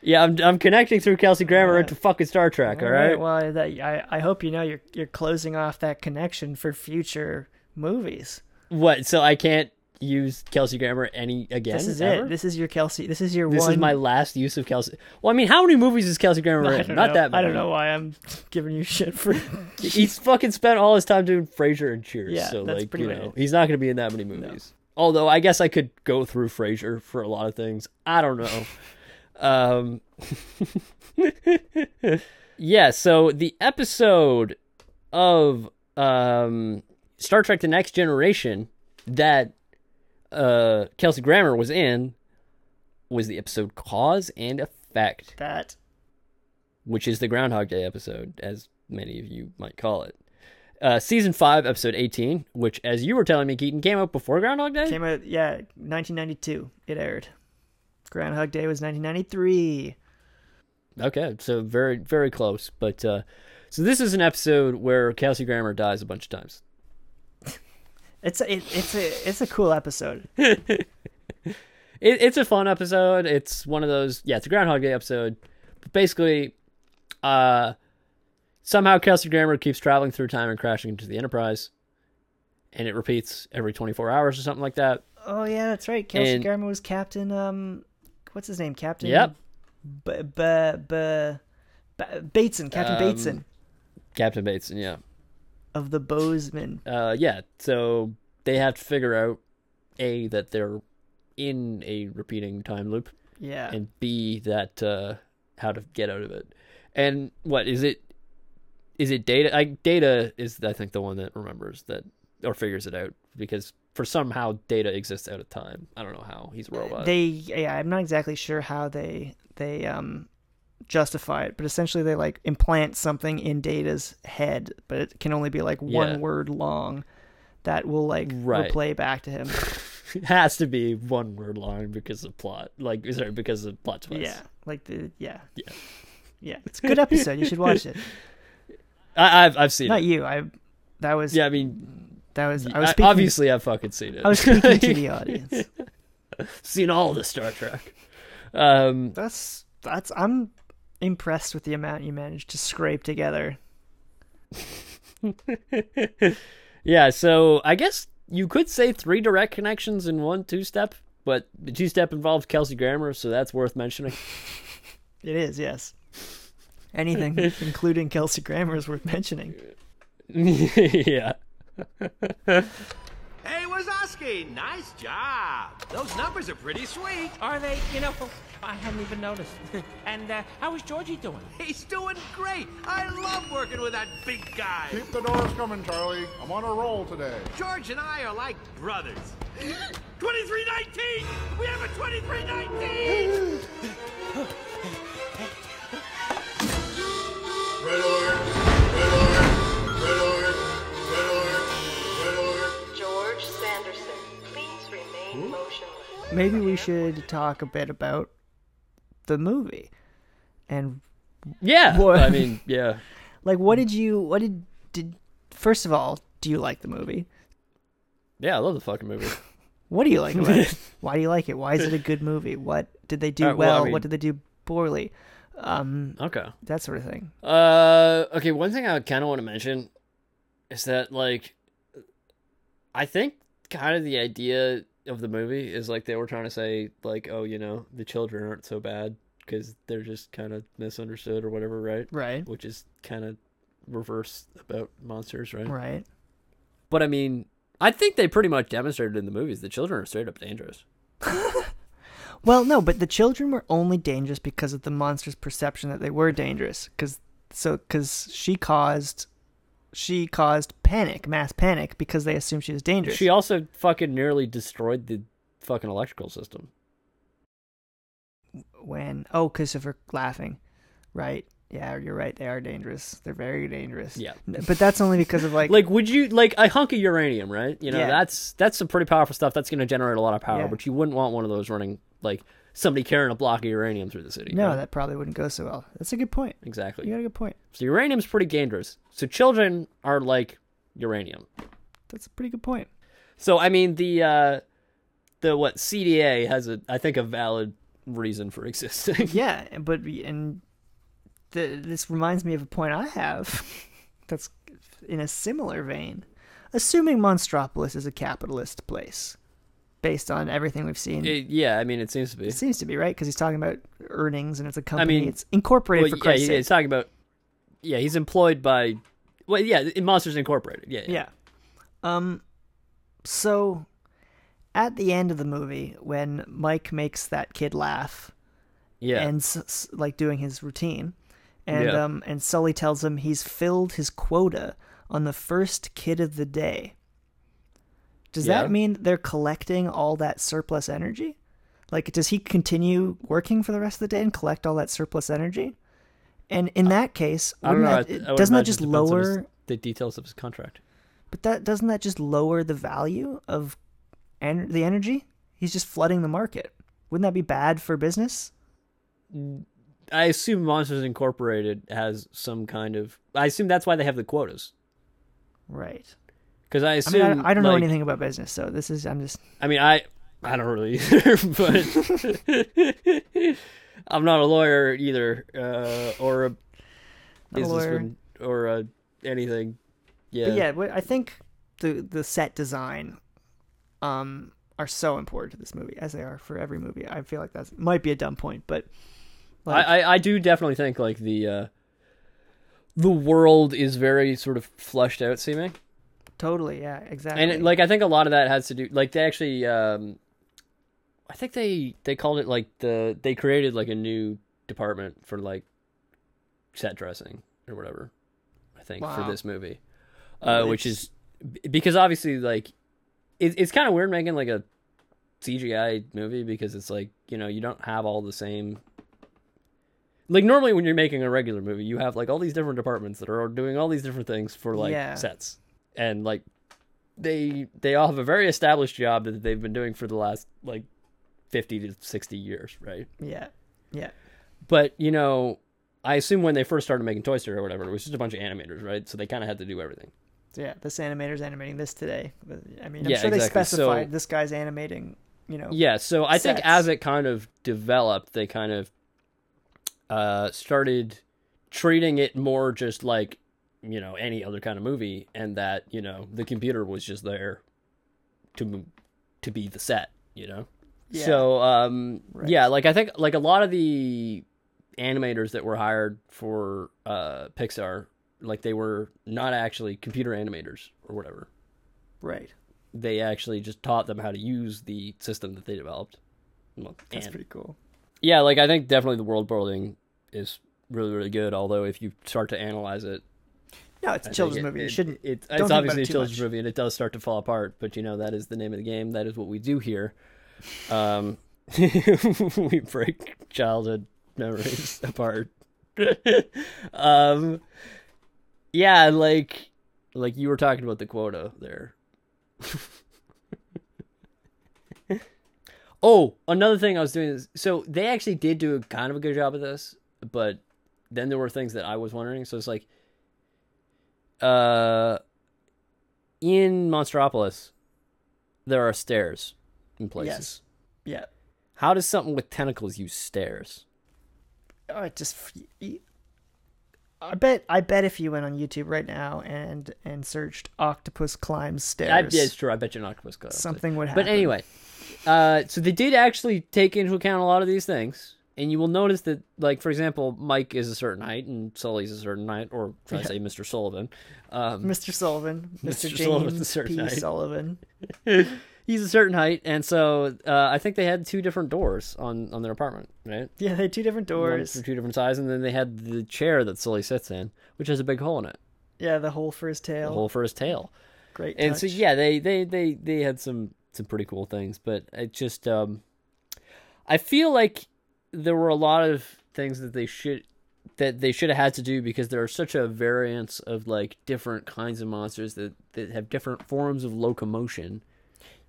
S3: Yeah, I'm I'm connecting through Kelsey Grammer into fucking Star Trek. All right.
S4: Well, that, I, I hope you know you're, you're closing off that connection for future movies.
S3: What? So I can't use Kelsey Grammer any again.
S4: This is
S3: ever?
S4: it. This is your Kelsey. This is your
S3: This
S4: one.
S3: is my last use of Kelsey. Well, I mean, how many movies is Kelsey Grammer
S4: I
S3: in?
S4: don't
S3: Not
S4: know.
S3: that many.
S4: I don't know why I'm giving you shit for.
S3: he's fucking spent all his time doing Frasier and Cheers.
S4: Yeah,
S3: so
S4: that's
S3: like
S4: pretty
S3: you
S4: much
S3: know,
S4: it.
S3: he's not gonna be in that many movies. Although I guess I could go through Frasier for a lot of things. I don't know. um, yeah. So the episode of um, Star Trek: The Next Generation that uh, Kelsey Grammer was in was the episode Cause and Effect
S4: that
S3: which is the Groundhog Day episode, as many of you might call it. Uh, season 5, episode 18, which, as you were telling me, Keaton, came out before Groundhog Day?
S4: came out. Yeah, 1992. It aired. Groundhog Day was 1993.
S3: okay, so very, very close. But uh, so this is an episode where Kelsey Grammer dies a bunch of times.
S4: It's a, it, it's a it's a cool episode.
S3: It, it's a fun episode. It's one of those, yeah, it's a Groundhog Day episode. But basically, uh, somehow Kelsey Grammer keeps traveling through time and crashing into the Enterprise. And it repeats every 24 hours or something like that.
S4: Oh yeah, that's right. Kelsey
S3: And-
S4: Grammer was Captain. Um, what's his name? Captain.
S3: Yep.
S4: B- b- b- b- Bateson. Captain
S3: Um,
S4: Bateson
S3: Captain Bates, yeah.
S4: of the Bozeman.
S3: uh, yeah, so they have to figure out a that they're in a repeating time loop,
S4: Yeah.
S3: and b that uh, how to get out of it. And what is it? Is it data? I, data is I think the one that remembers that or figures it out because for somehow data exists out of time. I don't know how he's a robot.
S4: they yeah i'm not exactly sure how they they um justify it, but essentially they like implant something in Data's head, but it can only be like one
S3: Yeah.
S4: word long that will like
S3: Right.
S4: replay back to him.
S3: It has to be one word long because of plot. Like, sorry, because of plot twist.
S4: Yeah. Like the yeah. Yeah. Yeah. It's a good episode. You should watch it.
S3: I, I've I've seen
S4: Not
S3: it.
S4: you. I that was
S3: Yeah, I mean,
S4: that was I
S3: I
S4: was speaking
S3: obviously I've fucking seen it.
S4: I was speaking to the audience.
S3: seen all the Star Trek. Um,
S4: That's that's I'm impressed with the amount you managed to scrape together.
S3: yeah, so I guess you could say three direct connections in one two step, but the two step involves Kelsey Grammer, so that's worth mentioning.
S4: It is, yes. Anything including Kelsey Grammer is worth mentioning.
S3: yeah.
S9: Hey, Wazowski, nice job. Those numbers are pretty sweet.
S5: Are they, you know, I hadn't even noticed. and uh, how is Georgie doing?
S9: He's doing great. I love working with that big guy.
S10: Keep the doors coming, Charlie. I'm on a roll today.
S9: George and I are like brothers. 2319! We have a 2319!
S1: Red alert! Red alert! Red alert! Red alert! Red alert!
S11: George Sanderson, please remain motionless.
S4: Maybe we should talk a bit about the movie. And
S3: Yeah.
S4: What?
S3: I mean, yeah.
S4: like what did you what did did first of all, do you like the movie?
S3: Yeah, I love the fucking movie.
S4: What do you like about it? Why do you like it? Why is it a good movie? What did they do
S3: Alright, Uh, well,
S4: well?
S3: I mean-
S4: what did they do poorly? Um
S3: Okay.
S4: that sort of thing.
S3: Uh, okay. One thing I kind of want to mention is that, like, I think kind of the idea of the movie is like they were trying to say, like, oh, you know, the children aren't so bad because they're just kind of misunderstood or whatever, right?
S4: Right.
S3: Which is kind of reverse about monsters, right?
S4: Right.
S3: But I mean, I think they pretty much demonstrated in the movies the children are straight up dangerous.
S4: Well, no, but the children were only dangerous because of the monster's perception that they were dangerous. Because so, because she caused, she caused panic, mass panic, because they assumed she was dangerous.
S3: She also fucking nearly destroyed the fucking electrical system.
S4: when oh, because of her laughing, right? Yeah, you're right. They are dangerous. They're very dangerous.
S3: Yeah.
S4: N- but that's only because of like,
S3: like would you like a hunk of uranium right you know
S4: Yeah.
S3: that's that's some pretty powerful stuff that's going to generate a lot of power
S4: Yeah.
S3: but you wouldn't want one of those running like somebody carrying a block of uranium through the city
S4: no,
S3: right?
S4: that probably wouldn't go so well. That's a good point.
S3: exactly
S4: You got a good point.
S3: so uranium's pretty dangerous so children are like uranium
S4: That's a pretty good point.
S3: so i mean the uh the what cda has a i think a valid reason for existing
S4: Yeah, but and th this reminds me of a point I have that's in a similar vein. Assuming Monstropolis is a capitalist place, based on everything we've seen, it,
S3: It- yeah i mean it seems to be
S4: seems to be right because he's talking about earnings and it's a company.
S3: mean,
S4: it's incorporated
S3: well,
S4: for
S3: yeah,
S4: Christ's
S3: he- he's
S4: sake.
S3: talking about yeah he's employed by well yeah in monsters incorporated yeah yeah,
S4: Yeah. Um. So, at the end of the movie, when Mike makes that kid laugh,
S3: yeah.
S4: and s- s- like doing his routine, and
S3: Yeah.
S4: um and Sully tells him he's filled his quota on the first kid of the day. Does
S3: Yeah.
S4: that mean they're collecting all that surplus energy? Like, does he continue working for the rest of the day and collect all that surplus energy? And in that case,
S3: Uh, I don't
S4: wouldn't
S3: know. I
S4: that-
S3: th- I would
S4: doesn't that
S3: imagine
S4: just
S3: it depends on his-
S4: lower?
S3: the details of his contract?
S4: But that doesn't that just lower the value of en- the energy? He's just flooding the market. Wouldn't that be bad for business?
S3: I assume Monsters Incorporated has some kind of. I assume that's why they have the quotas.
S4: Right.
S3: Because I
S4: I
S3: assume
S4: mean, I, I don't know
S3: like-
S4: anything about business, so this is I'm just
S3: I mean, I I don't really either, but I'm not a lawyer either, uh, or a
S4: a lawyer.
S3: businessman, or a anything. Yeah,
S4: But yeah, wh- I think the the set design, um, are so important to this movie as they are for every movie. I feel like that's might be a dumb point, but like,
S3: I, I I do definitely think like the uh, the world is very sort of flushed out seeming.
S4: totally, yeah, exactly.
S3: and it- like i think a lot of that has to do like they actually um i think they they called it like the they created like a new department for like set dressing or whatever i think
S4: Wow.
S3: for this movie uh which is b- because obviously like it, it's kind of weird making like a cgi movie because it's like you know you don't have all the same Like normally when you're making a regular movie, you have like all these different departments that are doing all these different things for like
S4: Yeah.
S3: sets. And like they they all have a very established job that they've been doing for the last like 50 to 60 years, right?
S4: Yeah. Yeah.
S3: But, you know, I assume when they first started making Toy Story or whatever, it was just a bunch of animators, right? So they kind of had to do everything.
S4: So, yeah, this animator's animating this today. I mean, I'm
S3: Yeah,
S4: sure they
S3: exactly. So-
S4: specified this guy's animating, you know.
S3: Yeah, so I think
S4: sets.
S3: as it kind of developed, they kind of uh, started treating it more just like you know any other kind of movie, and that you know the computer was just there to m- to be the set, you know.
S12: Yeah.
S3: So um, yeah, like I think like a lot of the animators that were hired for uh, Pixar, like they were not actually computer animators or whatever
S4: Right.
S3: they actually just taught them how to use the system that they developed. Well,
S4: That's
S3: and-
S4: pretty cool.
S3: Yeah, like I think definitely the world building is really really good. Although if you start to analyze it,
S4: No, it's a
S3: I think
S4: children's
S3: it-
S4: movie. You
S3: it-
S4: shouldn't-
S3: It,
S4: don't
S3: it's
S4: think about
S3: obviously
S4: it
S3: a
S4: too
S3: children's
S4: much.
S3: movie, and it does start to fall apart. But you know that is the name of the game. That is what we do here. Um, we break childhood memories apart. um, yeah, like like you were talking about the quota there. Oh, another thing I was doing is so they actually did do a kind of a good job of this, but then there were things that I was wondering. So it's like, uh, in Monstropolis, there are stairs in places.
S4: Yes. Yeah.
S3: How does something with tentacles use stairs?
S4: Oh, it just. f- y- I bet. I bet if you went on YouTube right now and and searched "octopus climbs stairs,"
S3: I, yeah, it's true. I bet you an octopus could.
S4: Something would
S3: But
S4: happen.
S3: anyway, uh, so they did actually take into account a lot of these things, and you will notice that, like for example, Mike is a certain height and Sully's a certain height, or should I
S4: Yeah.
S3: say, Mr. Sullivan. Um,
S4: Mr. Sullivan, Mr.
S3: Mr.
S4: James
S3: Sullivan's a certain
S4: P.
S3: height.
S4: Sullivan.
S3: he's a certain height, and so uh, I think they had two different doors on on their apartment, right?
S4: Yeah, they had two different doors.
S3: One for two different sizes, and then they had the chair that Sully sits in, which has a big hole in it,
S4: Yeah, the hole for his tail.
S3: a hole for his tail.
S4: Great.
S3: And so
S4: touch.
S3: yeah, they they they they had some some pretty cool things, but it just um, I feel like there were a lot of things that they should that they should have had to do because there are such a variance of like different kinds of monsters that that have different forms of locomotion.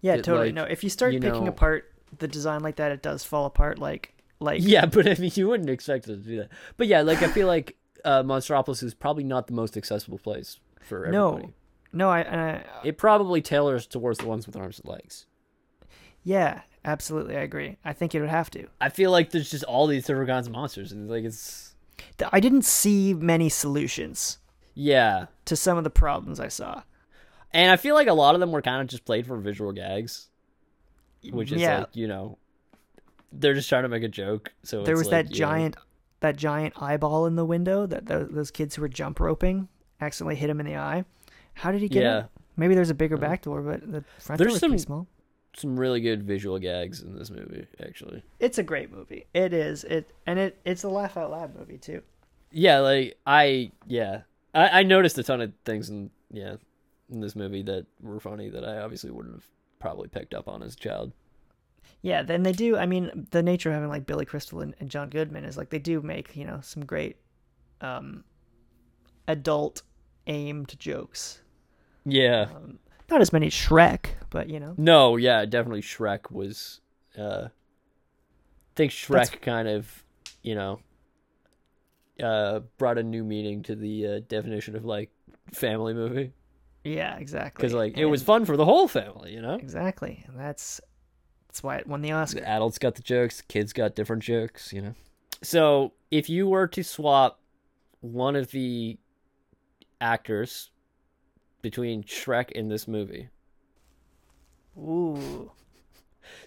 S4: Yeah,
S3: that,
S4: totally.
S3: like,
S4: no, if you start
S3: you
S4: picking
S3: know-
S4: apart the design like that, it does fall apart. Like, like
S3: yeah, but I mean, you wouldn't expect us to do that. But yeah, like I feel like uh, Monsteropolis is probably not the most accessible place for everybody.
S4: no, no. I, and I
S3: It probably tailors towards the ones with arms and legs.
S4: yeah, absolutely. I agree. I think it would have to.
S3: I feel like there's just all these different kinds of monsters, and like it's
S4: Th- I didn't see many solutions
S3: yeah.
S4: to some of the problems I saw.
S3: And I feel like a lot of them were kind of just played for visual gags, which is
S4: Yeah.
S3: like you know, they're just trying to make a joke. So
S4: there
S3: it's
S4: was
S3: like,
S4: that
S3: you know,
S4: giant, that giant eyeball in the window that tho- those kids who were jump roping accidentally hit him in the eye. How did he get
S3: Yeah.
S4: it? Maybe there's a bigger back door, but the front door
S3: There's
S4: was
S3: some
S4: pretty small.
S3: some really good visual gags in this movie, actually.
S4: It's a great movie. It is. It and it it's a laugh out loud movie too.
S3: yeah like i yeah i i noticed a ton of things in yeah in this movie that were funny that i obviously wouldn't have probably picked up on as a child
S4: Yeah, then they do. I mean, the nature of having like Billy Crystal and, and John Goodman is like they do make you know some great, um, adult aimed jokes.
S3: yeah
S4: Um, Not as many as Shrek, but you know,
S3: no yeah definitely shrek was uh i think shrek
S4: That's-
S3: kind of you know uh brought a new meaning to the uh, definition of like family movie
S4: yeah, exactly.
S3: because like it was
S4: And-
S3: fun for the whole family you know
S4: exactly, and that's that's why it won the Oscar.
S3: The adults got the jokes, kids got different jokes, you know. So if you were to swap one of the actors between Shrek and this movie,
S4: Ooh,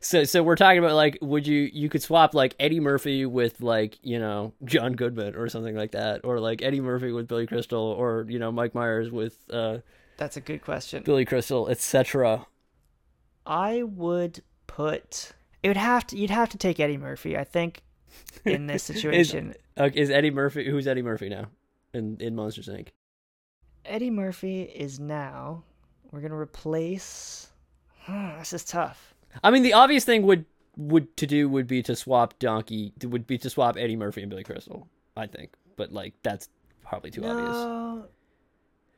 S3: so so we're talking about like, would you you could swap like Eddie Murphy with like you know John Goodman or something like that, or like Eddie Murphy with Billy Crystal, or you know Mike Myers with uh,
S4: that's a good question.
S3: Billy Crystal, etc.
S4: I would put it would have to you'd have to take Eddie Murphy, I think, in this situation.
S3: is, uh, is Eddie Murphy who's Eddie Murphy now in in Monsters Inc.
S4: Eddie Murphy is now. We're gonna replace. Hmm, this is tough.
S3: I mean, the obvious thing would would to do would be to swap Donkey would be to swap Eddie Murphy and Billy Crystal. I think, but like that's probably too obvious.
S4: No.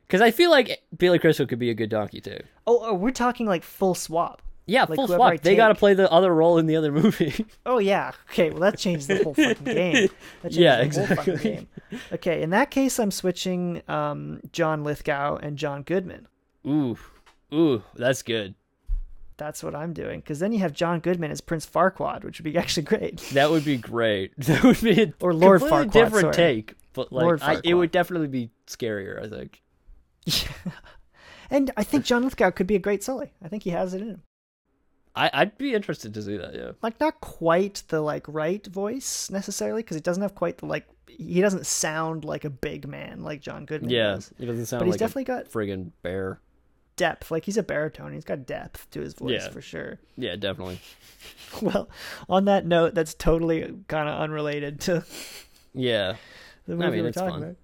S3: Because I feel like Billy Crystal could be a good donkey too.
S4: Oh, oh, we're talking like full swap.
S3: Yeah,
S4: Like,
S3: full
S4: whoever
S3: swap.
S4: I
S3: They got to
S4: take-
S3: play the other role in the other movie.
S4: Oh yeah. Okay. Well, that changed the whole fucking game. That changed
S3: Yeah,
S4: the whole fucking
S3: exactly.
S4: game. Okay. In that case, I'm switching um, John Lithgow and John Goodman.
S3: ooh, ooh, that's good.
S4: That's what I'm doing. Because then you have John Goodman as Prince Farquaad, which would be actually great.
S3: That would be great. That would be a
S4: Or Lord
S3: completely
S4: Farquaad,
S3: different
S4: sorry.
S3: take, but like
S4: Lord
S3: I, it
S4: Farquaad.
S3: would definitely be scarier. I think.
S4: And I think John Lithgow could be a great Sully. I think he has it in him.
S3: I, I'd be interested to see that. Yeah.
S4: Like not quite the like right voice necessarily, because he doesn't have quite the like. He doesn't sound like a big man like John Goodman.
S3: Yeah,
S4: does.
S3: it doesn't sound.
S4: But he's
S3: like
S4: definitely
S3: a
S4: got
S3: friggin' bear.
S4: depth. Like he's a baritone. He's got depth to his voice
S3: Yeah.
S4: for sure.
S3: Yeah, definitely.
S4: Well, on that note, that's totally kind of unrelated to
S3: Yeah,
S4: the
S3: I
S4: movie
S3: mean,
S4: we're
S3: it's
S4: talking
S3: fun.
S4: about.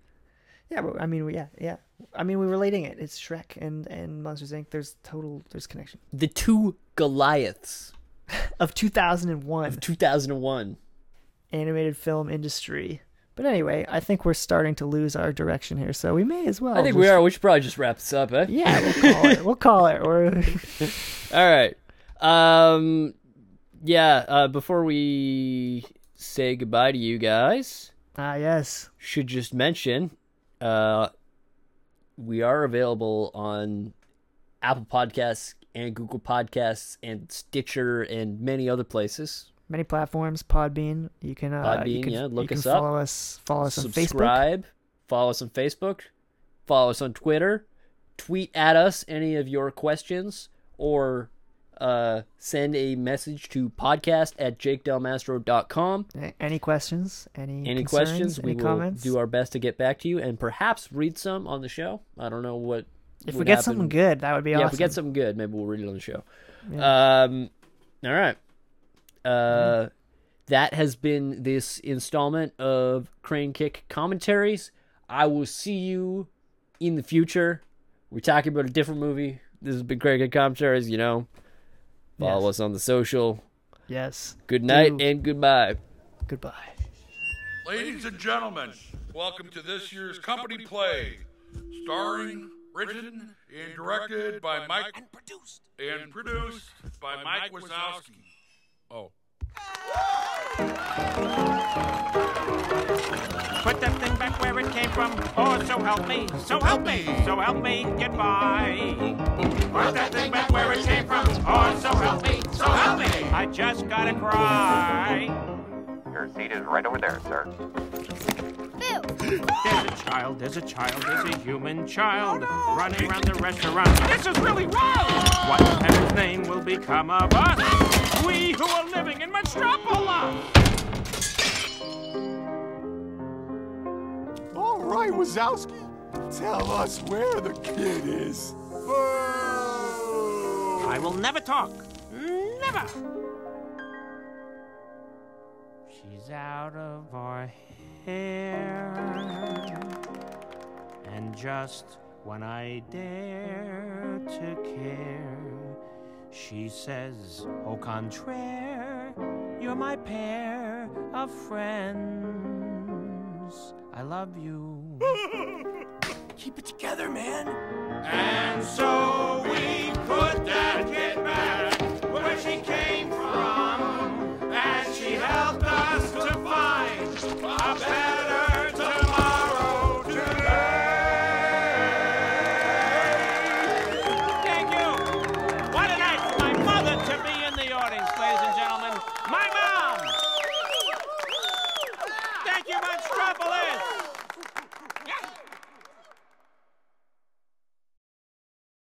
S4: Yeah, but I mean, we- yeah, yeah. I mean, we're relating it. It's Shrek and and Monsters Inc. There's total there's connection
S3: the two Goliaths
S4: of 2001
S3: of 2001.
S4: animated film industry. But anyway, I think we're starting to lose our direction here, so we may as well.
S3: I think we
S4: just-
S3: are. We should probably just wrap this up, eh?
S4: Yeah, we'll call it. We'll call it. Or
S3: All right. Um. Yeah. Uh, before we say goodbye to you guys,
S4: ah yes,
S3: should just mention, uh, we are available on Apple Podcasts and Google Podcasts and Stitcher and many other places.
S4: many platforms. Podbean. You can. Uh,
S3: Podbean,
S4: You can,
S3: yeah, look
S4: you
S3: us
S4: can
S3: up.
S4: Follow us. Follow us on Facebook.
S3: Subscribe. Follow us on Facebook. Follow us on Twitter. Tweet at us any of your questions or uh, send a message to podcast at jakedelmastro.com.
S4: A- Any questions? Any
S3: Any
S4: concerns,
S3: questions?
S4: Any
S3: we will
S4: comments?
S3: do our best to get back to you and perhaps read some on the show. I don't know what.
S4: if we
S3: would
S4: get
S3: happen.
S4: something good, that would be
S3: yeah,
S4: awesome.
S3: if we get something good, maybe we'll read it on the show. Um, all right. Uh, That has been this installment of Crane Kick commentaries. I will see you in the future. We're talking about a different movie. This has been Crane Kick commentaries. You know, follow us on the social.
S4: Yes.
S3: Good night eh.
S4: Do.
S3: and goodbye.
S4: Goodbye.
S12: Ladies and gentlemen, welcome to this year's company play, starring, written, and directed by Mike, and produced, and produced by Mike Wazowski. Oh.
S9: Put that thing back where it came from. Oh, so help me, so help me, so help me, goodbye. Put that thing back where it came from. Oh, so help me, so help me. I just gotta cry.
S13: Your seat is right over there, sir.
S9: There's a child, there's a child, there's a human child running around the restaurant. This is really wild! What in heaven's name will become of us? We who are living in Metropolis!
S14: All right, Wazowski, tell us where the kid is.
S9: I will never talk. Never! She's out of our hair. And just when I dare to care, she says, Au contraire, you're my pair of friends. I love you. Keep it together, man. And so we put that kid back where she came from, and she helped us to find a better tomorrow today. Thank you. What a night for my mother to be in the audience, ladies and gentlemen. My mom. Thank you, Metropolis.